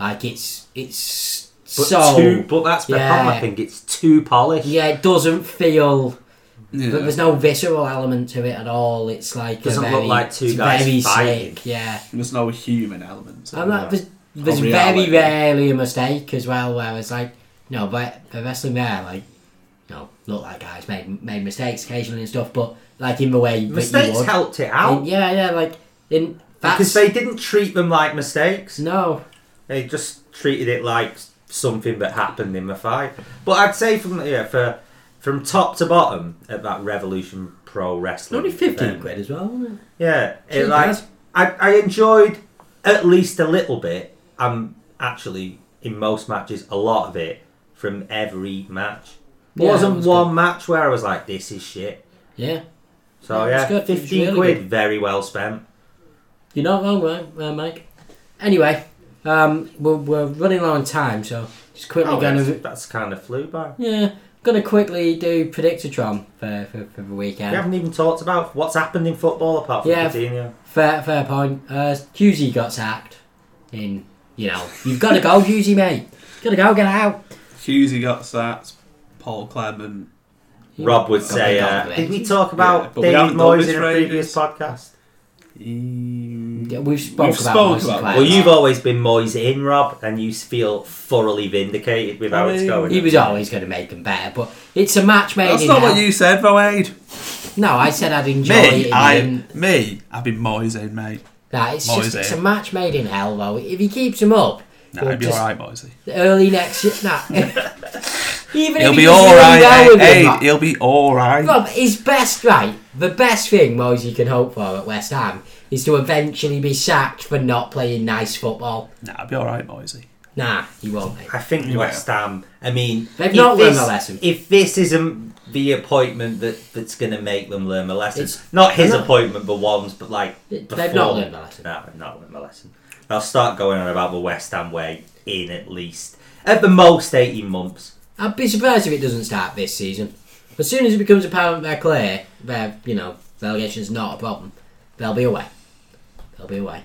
S1: Like it's it's
S2: but
S1: so
S2: too, but that's the problem. I
S1: yeah.
S2: think it's too polished.
S1: yeah it doesn't feel
S3: Yeah.
S1: But there's no visceral element to it at all. It's like a
S2: Doesn't look
S1: very-
S2: like two
S1: it's
S2: guys
S1: very
S2: fighting.
S1: slick, Yeah,
S3: There's no human element. to
S1: I'm
S3: it.
S1: not, there's, there's
S3: reality.
S1: very rarely a mistake as well. Where it's like, no, but the wrestling there, like, no, look like guys made made mistakes occasionally and stuff, but like in the way that you
S2: Mistakes
S1: would.
S2: helped it out
S1: In- yeah, yeah, like in
S2: because
S1: that's
S2: they didn't treat them like mistakes.
S1: no.
S2: They just treated it like something that happened in the fight. But I'd say from yeah for from top to bottom at that Revolution Pro
S1: It's
S2: Wrestling.
S1: only fifteen
S2: event,
S1: quid as well. Isn't
S2: Yeah,
S1: it?
S2: it,
S1: Cheap
S2: like
S1: as.
S2: I, I enjoyed at least a little bit. Um, actually in most matches a lot of it from every match. There
S1: Yeah,
S2: wasn't
S1: it was
S2: one match where I was like, "This is shit."
S1: yeah, Yeah, it
S2: So
S1: was
S2: yeah,
S1: good. It was
S2: fifteen
S1: really
S2: quid,
S1: good.
S2: very well spent.
S1: you're not wrong, right, uh, Mike? Anyway, um, we're, we're running low on time, so just quickly
S2: Oh,
S1: going to
S2: that's, that's kind of flew by.
S1: Yeah, gonna quickly do Predictatron for, for, for the
S2: We
S1: weekend.
S2: haven't even talked about what's happened in football apart from
S1: Yeah.
S2: Coutinho.
S1: Fair fair point. Uh, Husey got sacked. In you know, you've got to go, Husey, mate. Got to go, get out.
S3: Hughesy got sacked. Paul Clement.
S2: Rob would
S1: Got
S2: say,
S1: to go,
S2: uh,
S1: mate.
S2: "Did we talk
S3: Yeah,
S2: about
S3: but we
S2: David
S3: haven't done
S2: Moyes
S3: this,
S2: in a
S3: Ray,
S2: previous
S3: this-
S2: podcast?"
S1: Yeah,
S3: he-
S1: we've spoke about.
S3: We've spoke
S1: most
S3: about
S1: players.
S2: Well, you've always been Moyes in, Rob, and you feel thoroughly vindicated with how
S3: I
S2: it's
S3: mean,
S2: going.
S1: He was always going to make them better, but it's a match made
S3: That's
S1: in
S3: not
S1: hell.
S3: what you said, though, Aid.
S1: No, I said I'd enjoy
S3: Me,
S1: it.
S3: I,
S1: in-
S3: me, I've been Moisey, mate.
S1: Nah, it's just
S3: Moisey.
S1: it's a match made in hell, though. If he keeps them up,
S3: Nah,
S1: he'll
S3: he'll be
S1: just-
S3: alright, Moisey.
S1: early next year, nah. Even
S3: He'll
S1: if
S3: be
S1: he doesn't
S3: alright,
S1: go with
S3: Aid.
S1: them,
S3: Aid,
S1: like-
S3: He'll be alright.
S1: Rob, his best right, the best thing Mosey can hope for at West Ham is to eventually be sacked for not playing nice football.
S3: Nah, I'll be alright, Moisey.
S1: Nah, he won't. Mate.
S2: I think West Ham. I mean,
S1: They've
S2: if
S1: not learned
S2: this-
S1: a lesson.
S2: If this isn't the appointment that that's going to make them learn a lesson,
S1: It's-
S2: not his
S1: they're not-
S2: appointment, but one's, but like
S1: They've
S2: before-
S1: not learned a lesson.
S2: No, they've not learned a lesson. They'll start going on about the West Ham way in at least at the most eighteen months.
S1: I'd be surprised if it doesn't start this season. As soon as it becomes apparent they're clear, their you know relegation's not a problem. They'll be away. They'll be away.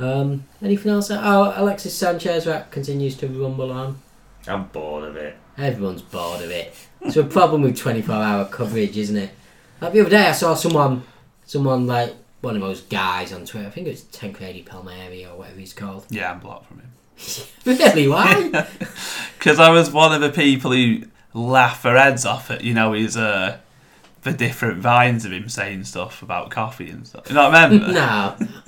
S1: Um, anything else? Oh, Alexis Sanchez right, continues to rumble on.
S2: I'm bored of it.
S1: Everyone's bored of it. It's a problem with 24 hour coverage, isn't it? Like the other day, I saw someone, someone like one of those guys on Twitter, I think it was Tancredi Palmieri or whatever he's called.
S3: Yeah, I'm blocked from him.
S1: Really? Why?
S3: Because I was one of the people who laugh their heads off at, you know, his, uh, the different vines of him saying stuff about coffee and stuff. You know what I remember?
S1: no.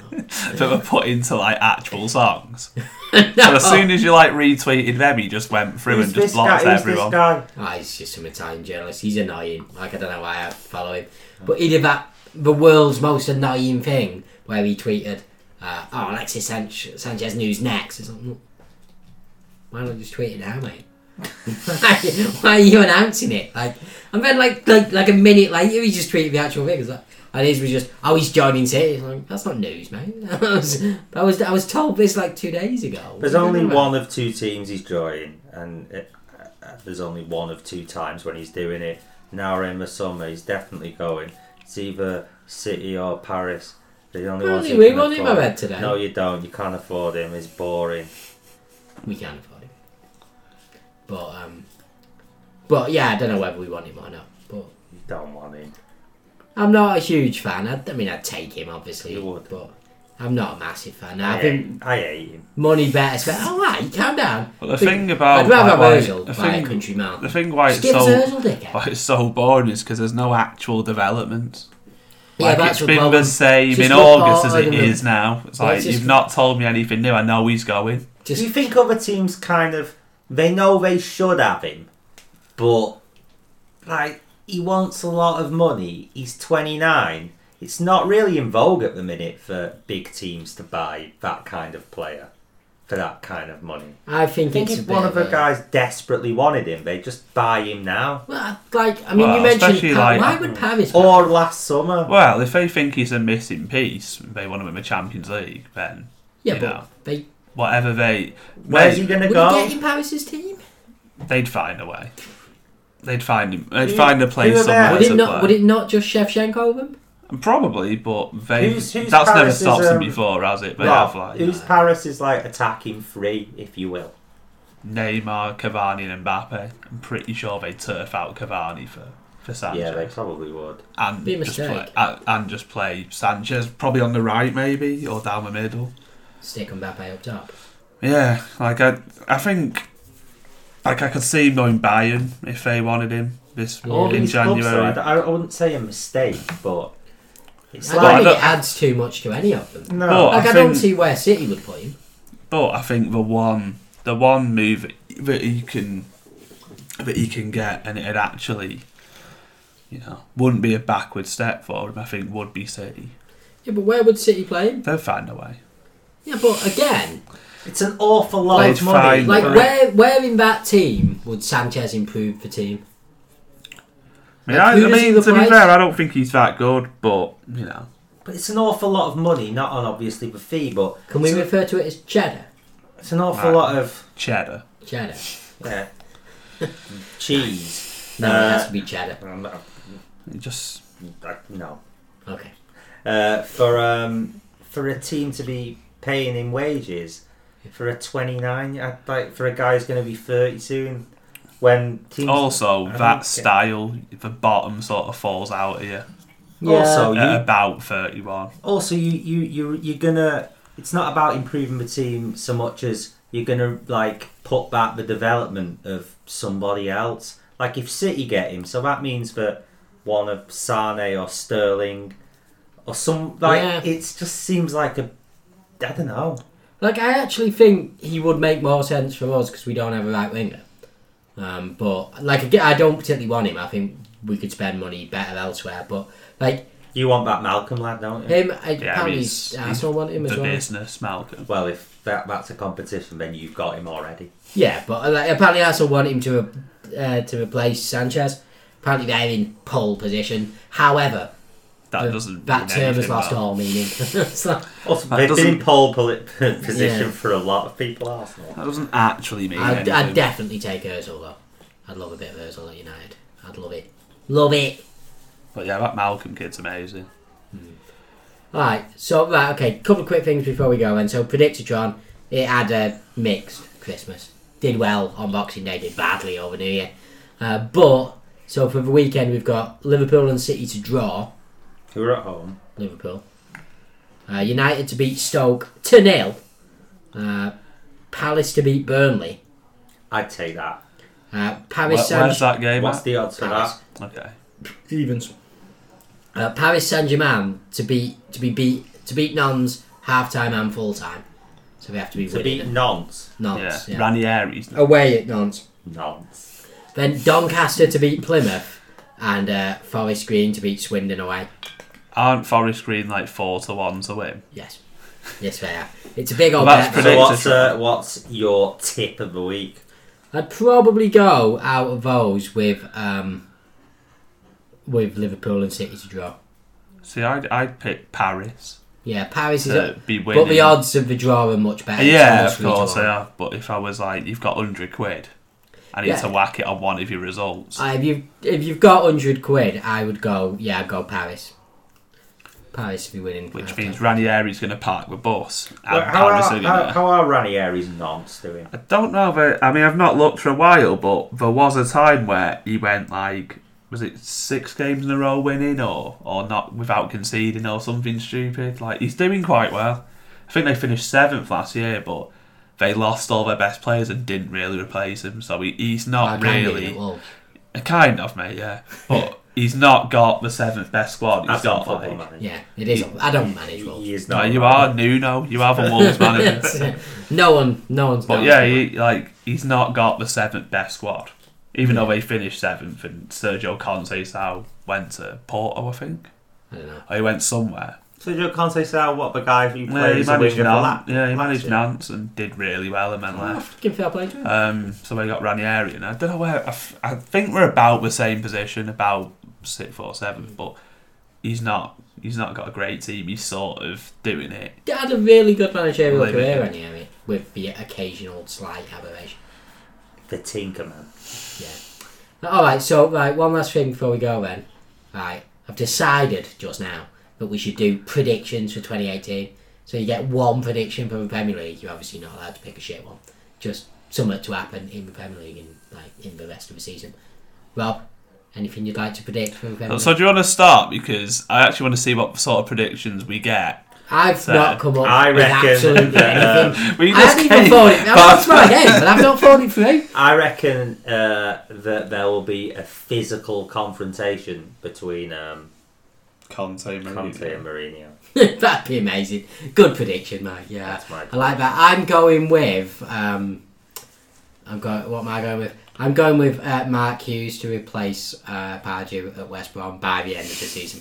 S3: That were put into, like, actual songs. So
S1: no.
S3: as soon as you, like, retweeted them, he just went through and just blocked
S2: guy? Who's
S3: everyone.
S2: this guy?
S1: Ah, he's just some Italian journalist. He's annoying. Like, I don't know why I follow him. But he did that, the world's most annoying thing, where he tweeted, uh, oh, Alexis Sanch- Sanchez news next. It's like, "Mm, why not just tweet it now, mate? why, why are you announcing it? Like, and then like like, like a minute later, he just tweeted the actual thing. It's like, and his was just, oh, he's joining City. It's like, that's not news, mate. I was, I was, I was told this like two days ago. What
S2: There's
S1: are you
S2: only
S1: talking about?
S2: one of two teams he's joining, and it, uh, there's only one of two times when he's doing it. Now in the summer, he's definitely going. It's either City or Paris. They're The only ones
S1: Apparently
S2: who
S1: we
S2: can
S1: want him, I
S2: afford-
S1: read today.
S2: No, you don't. You can't afford him. It's boring.
S1: we can afford him. But um, but yeah, I don't know whether we want him or not. But
S2: You don't want him.
S1: I'm not a huge fan. I, I mean, I'd take him obviously,
S2: You would.
S1: but I'm not a massive fan.
S2: I,
S1: I think
S2: hate, I hate him.
S1: money better spent. All right, calm down.
S3: But the thing about
S1: I'd rather have
S3: like,
S1: Virgil
S3: the
S1: by a
S3: thing-
S1: country mile.
S3: the thing why
S1: Just
S3: it's
S1: give us Özil,
S3: so
S1: dickhead.
S3: why it's so boring is because there's no actual development.
S1: Yeah,
S3: like
S1: that's
S3: it's
S1: what
S3: been the
S1: Bowen-
S3: same
S1: just
S3: in
S1: look
S3: August as it
S1: boring and-
S3: is now. It's
S1: Yeah,
S3: like
S1: it's just-
S3: you've not told me anything new. I know he's going.
S1: Just
S2: Do you think other teams kind of they know they should have him, but like he wants a lot of money. He's twenty nine. It's not really in vogue at the minute for big teams to buy that kind of player for that kind of money.
S1: I think
S2: I think
S1: it's a
S2: if one
S1: bit
S2: of the
S1: a-
S2: guys desperately wanted him, they just buy him now.
S1: Well, I- like I mean,
S3: Well,
S1: you mentioned
S3: especially,
S1: Pa-
S3: like-
S1: why would Paris?
S2: Or last summer.
S3: Well, if they think he's a missing piece, they want him in the Champions League. Then
S1: yeah,
S3: you
S1: but
S3: know.
S1: they
S3: whatever they,
S2: Where's
S3: they-
S2: he gonna
S1: would
S2: go?
S1: he get in Paris's team.
S3: they'd find a way. They'd find him. They'd
S2: Who-
S3: find a
S2: who
S3: place
S2: are
S3: somewhere
S2: there?
S1: Would
S3: to
S1: it not? Would
S3: play.
S1: it not just Shevchenko them?
S3: Probably, but they
S2: Who's- who's
S3: that's never
S2: Paris'
S3: stopped them
S2: um,
S3: before, has it? They
S2: Rob,
S3: have like
S2: who's Paris is like attacking free, if you will.
S3: Neymar, Cavani, and Mbappe. I'm pretty sure they turf out Cavani for for Sanchez.
S2: Yeah, they probably would.
S3: and
S1: Be a
S3: just play,
S1: mistake.
S3: and, and just play Sanchez probably on the right maybe or down the middle.
S1: Stick Mbappe up top.
S3: Yeah, like I, I think, like I could see him going Bayern if they wanted him this
S1: All
S3: in
S2: these clubs, though, I
S3: January.
S2: d- I, wouldn't say a mistake, but it's
S1: I don't
S2: like
S1: think
S3: I
S1: it adds too much to any of them.
S2: no.
S3: But
S1: like I,
S3: I
S1: don't
S3: think-
S1: see where City would put him.
S3: But I think the one, the one move that he can, that he can get, and it'd actually, you know, wouldn't be a backward step for him. I think would be City.
S1: Yeah, but where would City play him?
S3: They'll find a way.
S1: Yeah, but again,
S2: It's an awful lot
S3: They'd
S2: of money.
S3: find-
S1: like
S3: Right.
S1: where where in that team would Sanchez improve the team?
S3: I mean,
S1: Like,
S3: I,
S1: who
S3: I
S1: does he
S3: mean
S1: look
S3: to be
S1: like?
S3: fair, I don't think he's that good, but you know,
S2: But it's an awful lot of money, not on obviously the fee, but
S1: Can we
S2: it's,
S1: refer to it as cheddar?
S2: it's an awful
S3: Right.
S2: lot of
S3: Cheddar.
S1: Cheddar.
S2: yeah, cheese.
S1: No, it has to be cheddar.
S2: Um, uh,
S3: It just
S2: No,
S1: Okay.
S2: uh, for um, for a team to be paying him wages for a twenty nine, like for a guy who's going to be thirty soon, when teams
S3: also
S2: I don't
S3: that
S2: get-
S3: style, the bottom sort of falls out here
S1: Oh,
S2: Also, you-
S3: at about thirty-one.
S2: also you you you you're gonna it's not about improving the team so much as you're gonna like put back the development of somebody else like if city get him so that means that one of Sane or Sterling or some like
S1: Yeah.
S2: it just seems like a I don't know
S1: Like I actually think he would make more sense for us because we don't have a right winger. Um, but like again, I don't particularly want him. I think we could spend money better elsewhere. But like
S2: you want that Malcolm lad don't you
S1: him, I, apparently
S3: he's-
S1: Arsenal want him as
S3: the
S1: well.
S3: business, Malcolm.
S2: well if that, that's a competition then you've got him already
S1: Yeah, but uh, like, apparently Arsenal want him to uh, to replace Sanchez. Apparently they're in pole position. However,
S3: That
S1: the-
S3: doesn't.
S1: that
S3: mean
S1: term has
S3: anything,
S1: lost
S3: though.
S1: all meaning. It's like-
S2: also,
S3: That
S2: they've been in
S3: doesn't-
S2: pole poli- position
S1: Yeah.
S2: for a lot of people Arsenal
S3: That doesn't actually mean
S1: I'd,
S3: anything.
S1: I'd definitely take Ozil though. I'd love a bit of Ozil at United. I'd love it. Love it.
S3: but yeah, that Malcolm kid's amazing.
S1: Right, so right, okay. Couple of quick things before we go. Then, so Predictatron, it had a mixed Christmas. Did well on Boxing Day, did badly over New Year. Uh, but so for the weekend, we've got Liverpool and City to draw.
S2: who are at home
S1: Liverpool. Uh, United to beat Stoke to nil. Uh, Palace to beat Burnley.
S2: I'd take that
S1: Uh,
S3: Where,
S1: Paris Saint
S3: where's that game
S2: what's
S3: at?
S2: the odds for that
S1: Palace.
S3: Okay.
S1: Evens. Uh, Paris Saint Germain to beat to be beat to beat Nons half time and full time. So they have to be
S2: to
S1: winning
S2: beat
S1: at
S2: Nantes
S3: Yeah.
S1: Nantes. yeah. Oh.
S3: Ranieri's.
S1: Away at Nantes.
S2: Nonce.
S1: Then Doncaster to beat Plymouth and uh, Forest Green to beat Swindon away.
S3: Aren't Forest Green like four to one to win?
S1: Yes. Yes they are. It's a big old
S3: Well, that's
S1: bet.
S3: pretty-
S2: So
S3: Predictor
S2: what's uh,
S3: trial.
S2: what's your tip of the week?
S1: I'd probably go out of those with um, with Liverpool and City to draw.
S3: See, I'd, I'd pick Paris
S1: Yeah, Paris is
S3: to
S1: up,
S3: be Uh, winning.
S1: but the odds of the draw are much better.
S3: yeah,
S1: It's
S3: of
S1: almost
S3: course
S1: three
S3: they
S1: to one.
S3: are. But if I was like, you've got hundred quid, I need
S1: Yeah.
S3: to whack it on one of your results.
S1: Uh, if you if you've got hundred quid, I would go. Yeah, I'd go Paris. Paris to be winning.
S3: which
S1: five
S3: means
S1: times.
S3: Ranieri's going to park the bus. And
S2: Well, how,
S3: Paris
S2: are,
S3: are
S2: how,
S3: gonna...
S2: how are Ranieri's nonce doing?
S3: I don't know. But, I mean, I've not looked for a while, but there was a time where he went like, was it six games in a row winning or or not without conceding or something stupid? Like he's doing quite well. I think they finished seventh last year, but they lost all their best players and didn't really replace him. So he, he's not
S1: Like Randy
S3: really
S1: at Wolves.
S3: kind of mate, yeah. But he's not got the seventh best squad. He's
S2: That's not
S3: got
S2: football
S3: like.
S2: manager.
S1: Yeah, it is. I don't manage Wolves.
S2: He is
S3: No,
S2: not.
S3: you are Nuno. You have a Wolves manager.
S1: uh, no one, no one's.
S3: But
S1: no
S3: yeah,
S1: one's-
S3: he, like he's not got the seventh best squad, even though they finished seventh. And Sergio Conte Sal went to Porto, I think,
S1: I don't know.
S3: or he went somewhere.
S2: So you can't say so what the guy who
S3: Yeah, he
S2: plays a
S3: managed
S2: winger for
S3: Nantes.
S2: Lap.
S3: Yeah, he managed
S2: Lazio.
S3: Nantes and did really well, and then left.
S1: Fucking fair play to him.
S3: Um, so we got Ranieri, and I don't know where. I, f- I think we're about the same position, about sixth or
S1: Mm.
S3: seventh, but he's not. He's not got a great team. He's sort of doing it.
S1: He had a really good managerial
S3: Believe it.
S1: career, anyway, with the occasional slight aberration.
S2: The Tinkerman.
S1: All right, so right, one last thing before we go then. Right, I've decided just now that we should do predictions for 2018. So you get one prediction from the Premier League. You're obviously not allowed to pick a shit one. Just something to happen in the Premier League and like in the rest of the season. Rob, Anything you'd like to predict from Premier
S3: So do you want to start because I actually want to see what sort of predictions we get.
S1: I've
S3: So,
S1: not come up
S2: I
S1: with
S2: reckon
S1: absolutely
S2: that, uh,
S1: anything.
S3: We
S1: I haven't even
S3: came
S1: thought it. I've lost
S3: past-
S1: my game, but I've not thought it through.
S2: I reckon uh, that there will be a physical confrontation between um,
S3: Conte,
S2: Conte
S3: Mourinho.
S2: and Mourinho.
S1: That'd be amazing. Good prediction, Mike. Yeah,
S2: That's my
S1: I like that. I'm going with. Um, I'm going. What am I going with? I'm going with uh, Mark Hughes to replace uh, Pardew at West Brom by the end of the season.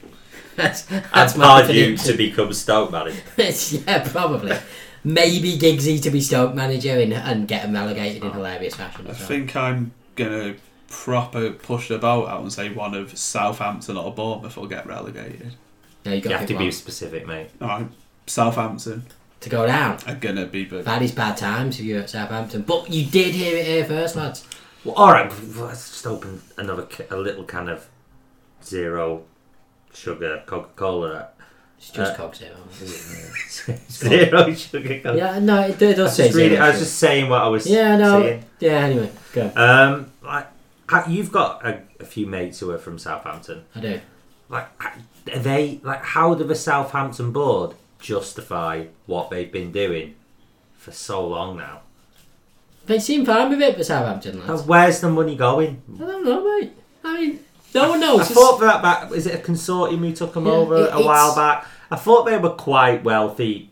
S1: that's that's
S2: and
S1: my
S2: Pardew
S1: prediction.
S2: to become Stoke manager.
S1: yeah, probably. Maybe Giggsy to be Stoke manager and, and get him relegated
S2: Oh,
S1: in hilarious fashion.
S3: I
S1: As well.
S3: think I'm gonna proper push the boat out and say one of Southampton or Bournemouth will get relegated.
S1: no, you
S2: You
S1: got
S2: have
S1: to,
S2: to be specific, mate.
S3: No, Southampton
S1: to go down.
S3: are gonna be the
S1: That is bad times if you're at Southampton. But you did hear it here first, lads.
S2: Well, all right, let's just open another ca- a little can of zero sugar Coca Cola.
S1: It's just
S2: Uh,
S1: cocktail.
S2: zero sugar Coca.
S1: Yeah, no, it, it
S2: I
S1: does
S2: was,
S1: say
S2: just reading-
S1: zero.
S2: I was just saying what I was
S1: yeah, no,
S2: saying.
S1: yeah. Anyway, go.
S2: Um, like, ha- you've got a, a few mates who are from Southampton.
S1: I do.
S2: Like, ha- are they like how do the Southampton board justify what they've been doing for so long now?
S1: They seem fine with it for Southampton lads.
S2: Like, where's the money going?
S1: I don't know, mate. I mean, no one knows.
S2: Oh. I
S1: It's-
S2: thought that back is it a consortium who took them
S1: Yeah,
S2: over
S1: it-
S2: a while
S1: it's-
S2: back. I thought they were quite wealthy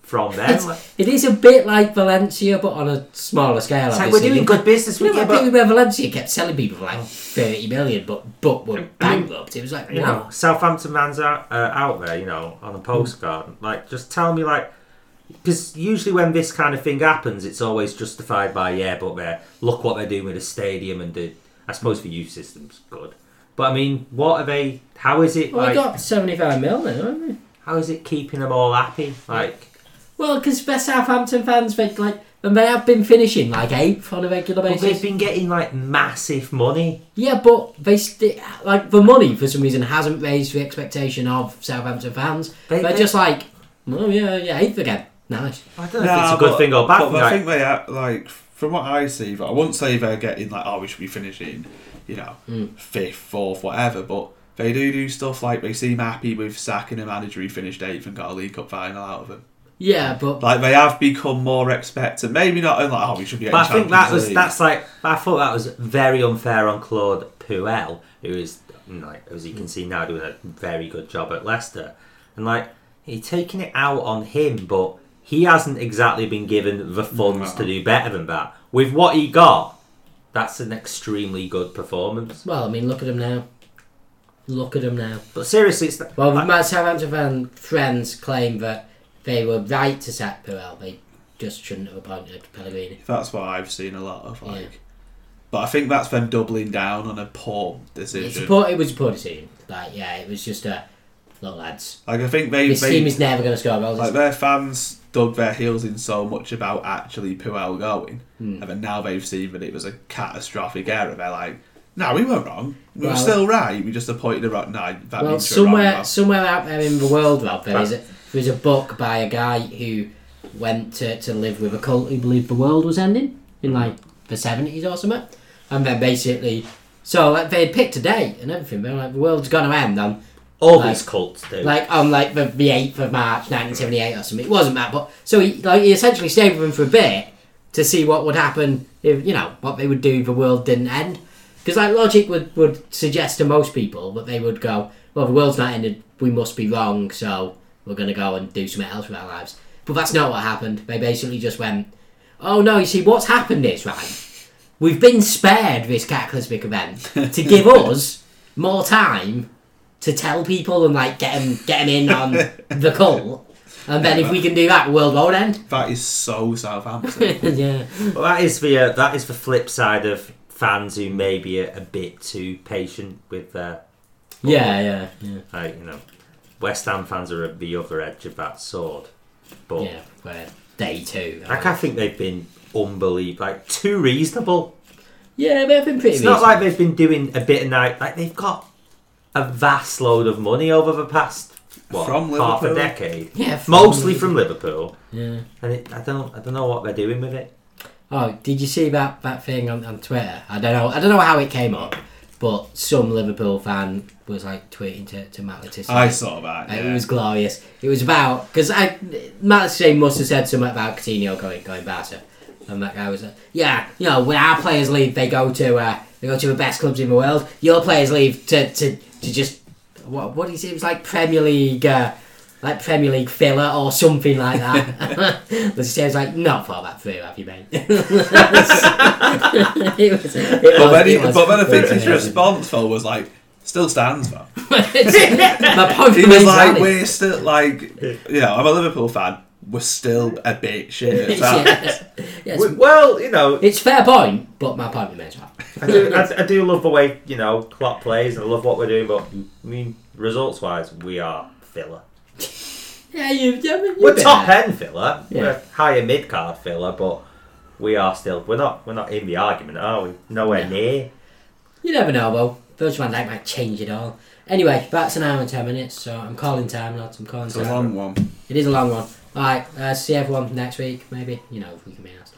S2: from then.
S1: It's-
S2: Like,
S1: it is a bit like Valencia, but on a smaller scale.
S2: it's like we're
S1: obviously.
S2: doing good Oh. business
S1: You
S2: with
S1: know,
S2: you,
S1: I think
S2: but
S1: where Valencia kept selling people for like thirty million, but but were bankrupt. It was like,
S2: you
S1: wow.
S2: know, Southampton man's out, uh, out there, you know,
S1: Hmm.
S2: on a postcard. Like, just tell me, like, because usually when this kind of thing happens, it's always justified by yeah, but they're look what they're doing with the stadium and the. I suppose the youth system's good, but I mean, what are they? How is it
S1: Well, we
S2: like?
S1: got seventy-five mil then, haven't we?
S2: How is it keeping them all happy? Like,
S1: Well, because they're Southampton fans, they like, and they have been finishing like eighth on a regular
S2: but they've
S1: basis.
S2: been getting like massive money.
S1: Yeah, but they sti like the money for some reason hasn't raised the expectation of Southampton fans.
S2: They-
S1: They, are
S2: they-
S1: just like, oh yeah, yeah, eighth again. Nice.
S2: I don't know if it's a good thing or bad
S3: but
S2: thing.
S3: I
S2: like-
S3: think they are like from what I see. But I wouldn't say they're getting like oh we should be finishing, you know,
S2: Hmm.
S3: fifth, fourth, whatever. But they do do stuff like they seem happy with sacking a manager who finished eighth and got a League Cup final out of him.
S1: Yeah, but
S3: Like they have become more expectant. Maybe not in like oh we should be.
S2: But I
S3: getting
S2: think that
S3: Champions
S2: was
S3: League.
S2: that's like I thought that was very unfair on Claude Puel, who is like as you
S3: Hmm.
S2: can see now doing a very good job at Leicester, and like he taking it out on him, but he hasn't exactly been given the funds to do better than that. With what he got, that's an extremely good performance.
S1: well, I mean, look at them now. Look at them now.
S2: But seriously, it's
S1: Well,
S2: like-
S1: my Southampton fan friends claim that they were right to sack Puel. They just shouldn't have appointed Pellegrini.
S3: That's what I've seen a lot of like.
S1: Yeah.
S3: But I think that's them doubling down on a poor
S1: It's
S3: decision.
S1: a poor, it was a poor decision. Like, yeah, it was just a look, lads.
S3: like I think they,
S1: This
S3: they
S1: team is never going to score goals.
S3: like their fans dug their heels in so much about actually Puel going,
S1: Hmm.
S3: and then now they've seen that it was a catastrophic error. They're like, no, we were wrong. We were
S1: Well-
S3: still right. We just appointed a wrong. No, that
S1: Well,
S3: means you're wrong,
S1: somewhere,
S3: man."
S1: somewhere out there in the world, Rob, there is a, there is a book by a guy who went to, to live with a cult who believed the world was ending in
S3: Hmm.
S1: like the seventies or something, and then basically, so like they had picked a date and everything, they were like the world's gonna end on
S2: all
S1: like-
S2: these cults do.
S1: like on like the, the eighth of March, nineteen seventy eight or something. It wasn't that, but so he like he essentially stayed with him for a bit to see what would happen if you know what they would do if the world didn't end. Because like logic would would suggest to most people that they would go, well, the world's not ended, we must be wrong, so we're gonna go and do something else with our lives. But that's not what happened. They basically just went, oh no, you see what's happened is right. We've been spared this cataclysmic event to give us more time to tell people and like get them in on the cult. And then if we can do that, world won't end.
S3: that is so Southampton.
S1: yeah.
S2: Well, that is the uh, that is the flip side of fans who maybe are a bit too patient with their
S1: yeah, yeah, yeah,
S2: Like, uh, you know, West Ham fans are at the other edge of that sword. But
S1: yeah. Where day two.
S2: like, I think they've been unbelievable, like too reasonable.
S1: yeah, they've been pretty.
S2: It's not
S1: reasonable.
S2: like they've been doing a bit of night. Like they've got a vast load of money over the past what
S3: From
S2: half a
S3: Liverpool.
S2: decade,
S1: yeah,
S2: mostly from Liverpool.
S1: Yeah.
S2: And it, I don't, I don't know what they're doing with it.
S1: Oh, did you see that, that thing on, on Twitter? I don't know. I don't know how it came up, but some Liverpool fan was like tweeting to to Matt Letizia.
S3: I saw that.
S1: Like,
S3: yeah.
S1: It was glorious. It was about because I Matt Shane must have said something about Coutinho going going Barca, and that guy was like, "Yeah, you know, when our players leave, they go to uh, they go to the best clubs in the world. Your players leave to to, to just what what is it? It was like Premier League." Uh, like Premier League filler or something like that. the was like, not thought that through, have you, mate? it was, it
S3: But
S1: was-
S3: then, he,
S1: it was-
S3: but then I
S1: it
S3: think
S1: was
S3: his
S1: amazing.
S3: response though was like, "Still stands though."
S1: My point
S3: He was
S1: remains
S3: like,
S1: valid.
S3: "We're still like, you know, I'm a Liverpool fan. We're still a bit shit." at times."
S1: yeah, Yeah, it's
S2: Well, you know,
S1: It's fair point, but my point remains right.
S2: I do, I, I do love the way you know Klopp plays, and I love what we're doing. But I mean, results-wise, we are filler.
S1: Yeah, you. Yeah, you
S2: We're top eh? end filler.
S1: Yeah.
S2: We're higher mid card filler, but we are still we're not we're not in the argument, are we? Nowhere
S1: No.
S2: near.
S1: You never know, though. Virgil van Dijk might change it all. Anyway, that's an hour and ten minutes, so I'm calling time, lads. I'm calling
S3: It's
S1: time.
S3: a long one.
S1: It is a long one. All right, uh, see everyone next week, maybe. You know, if we can be asked.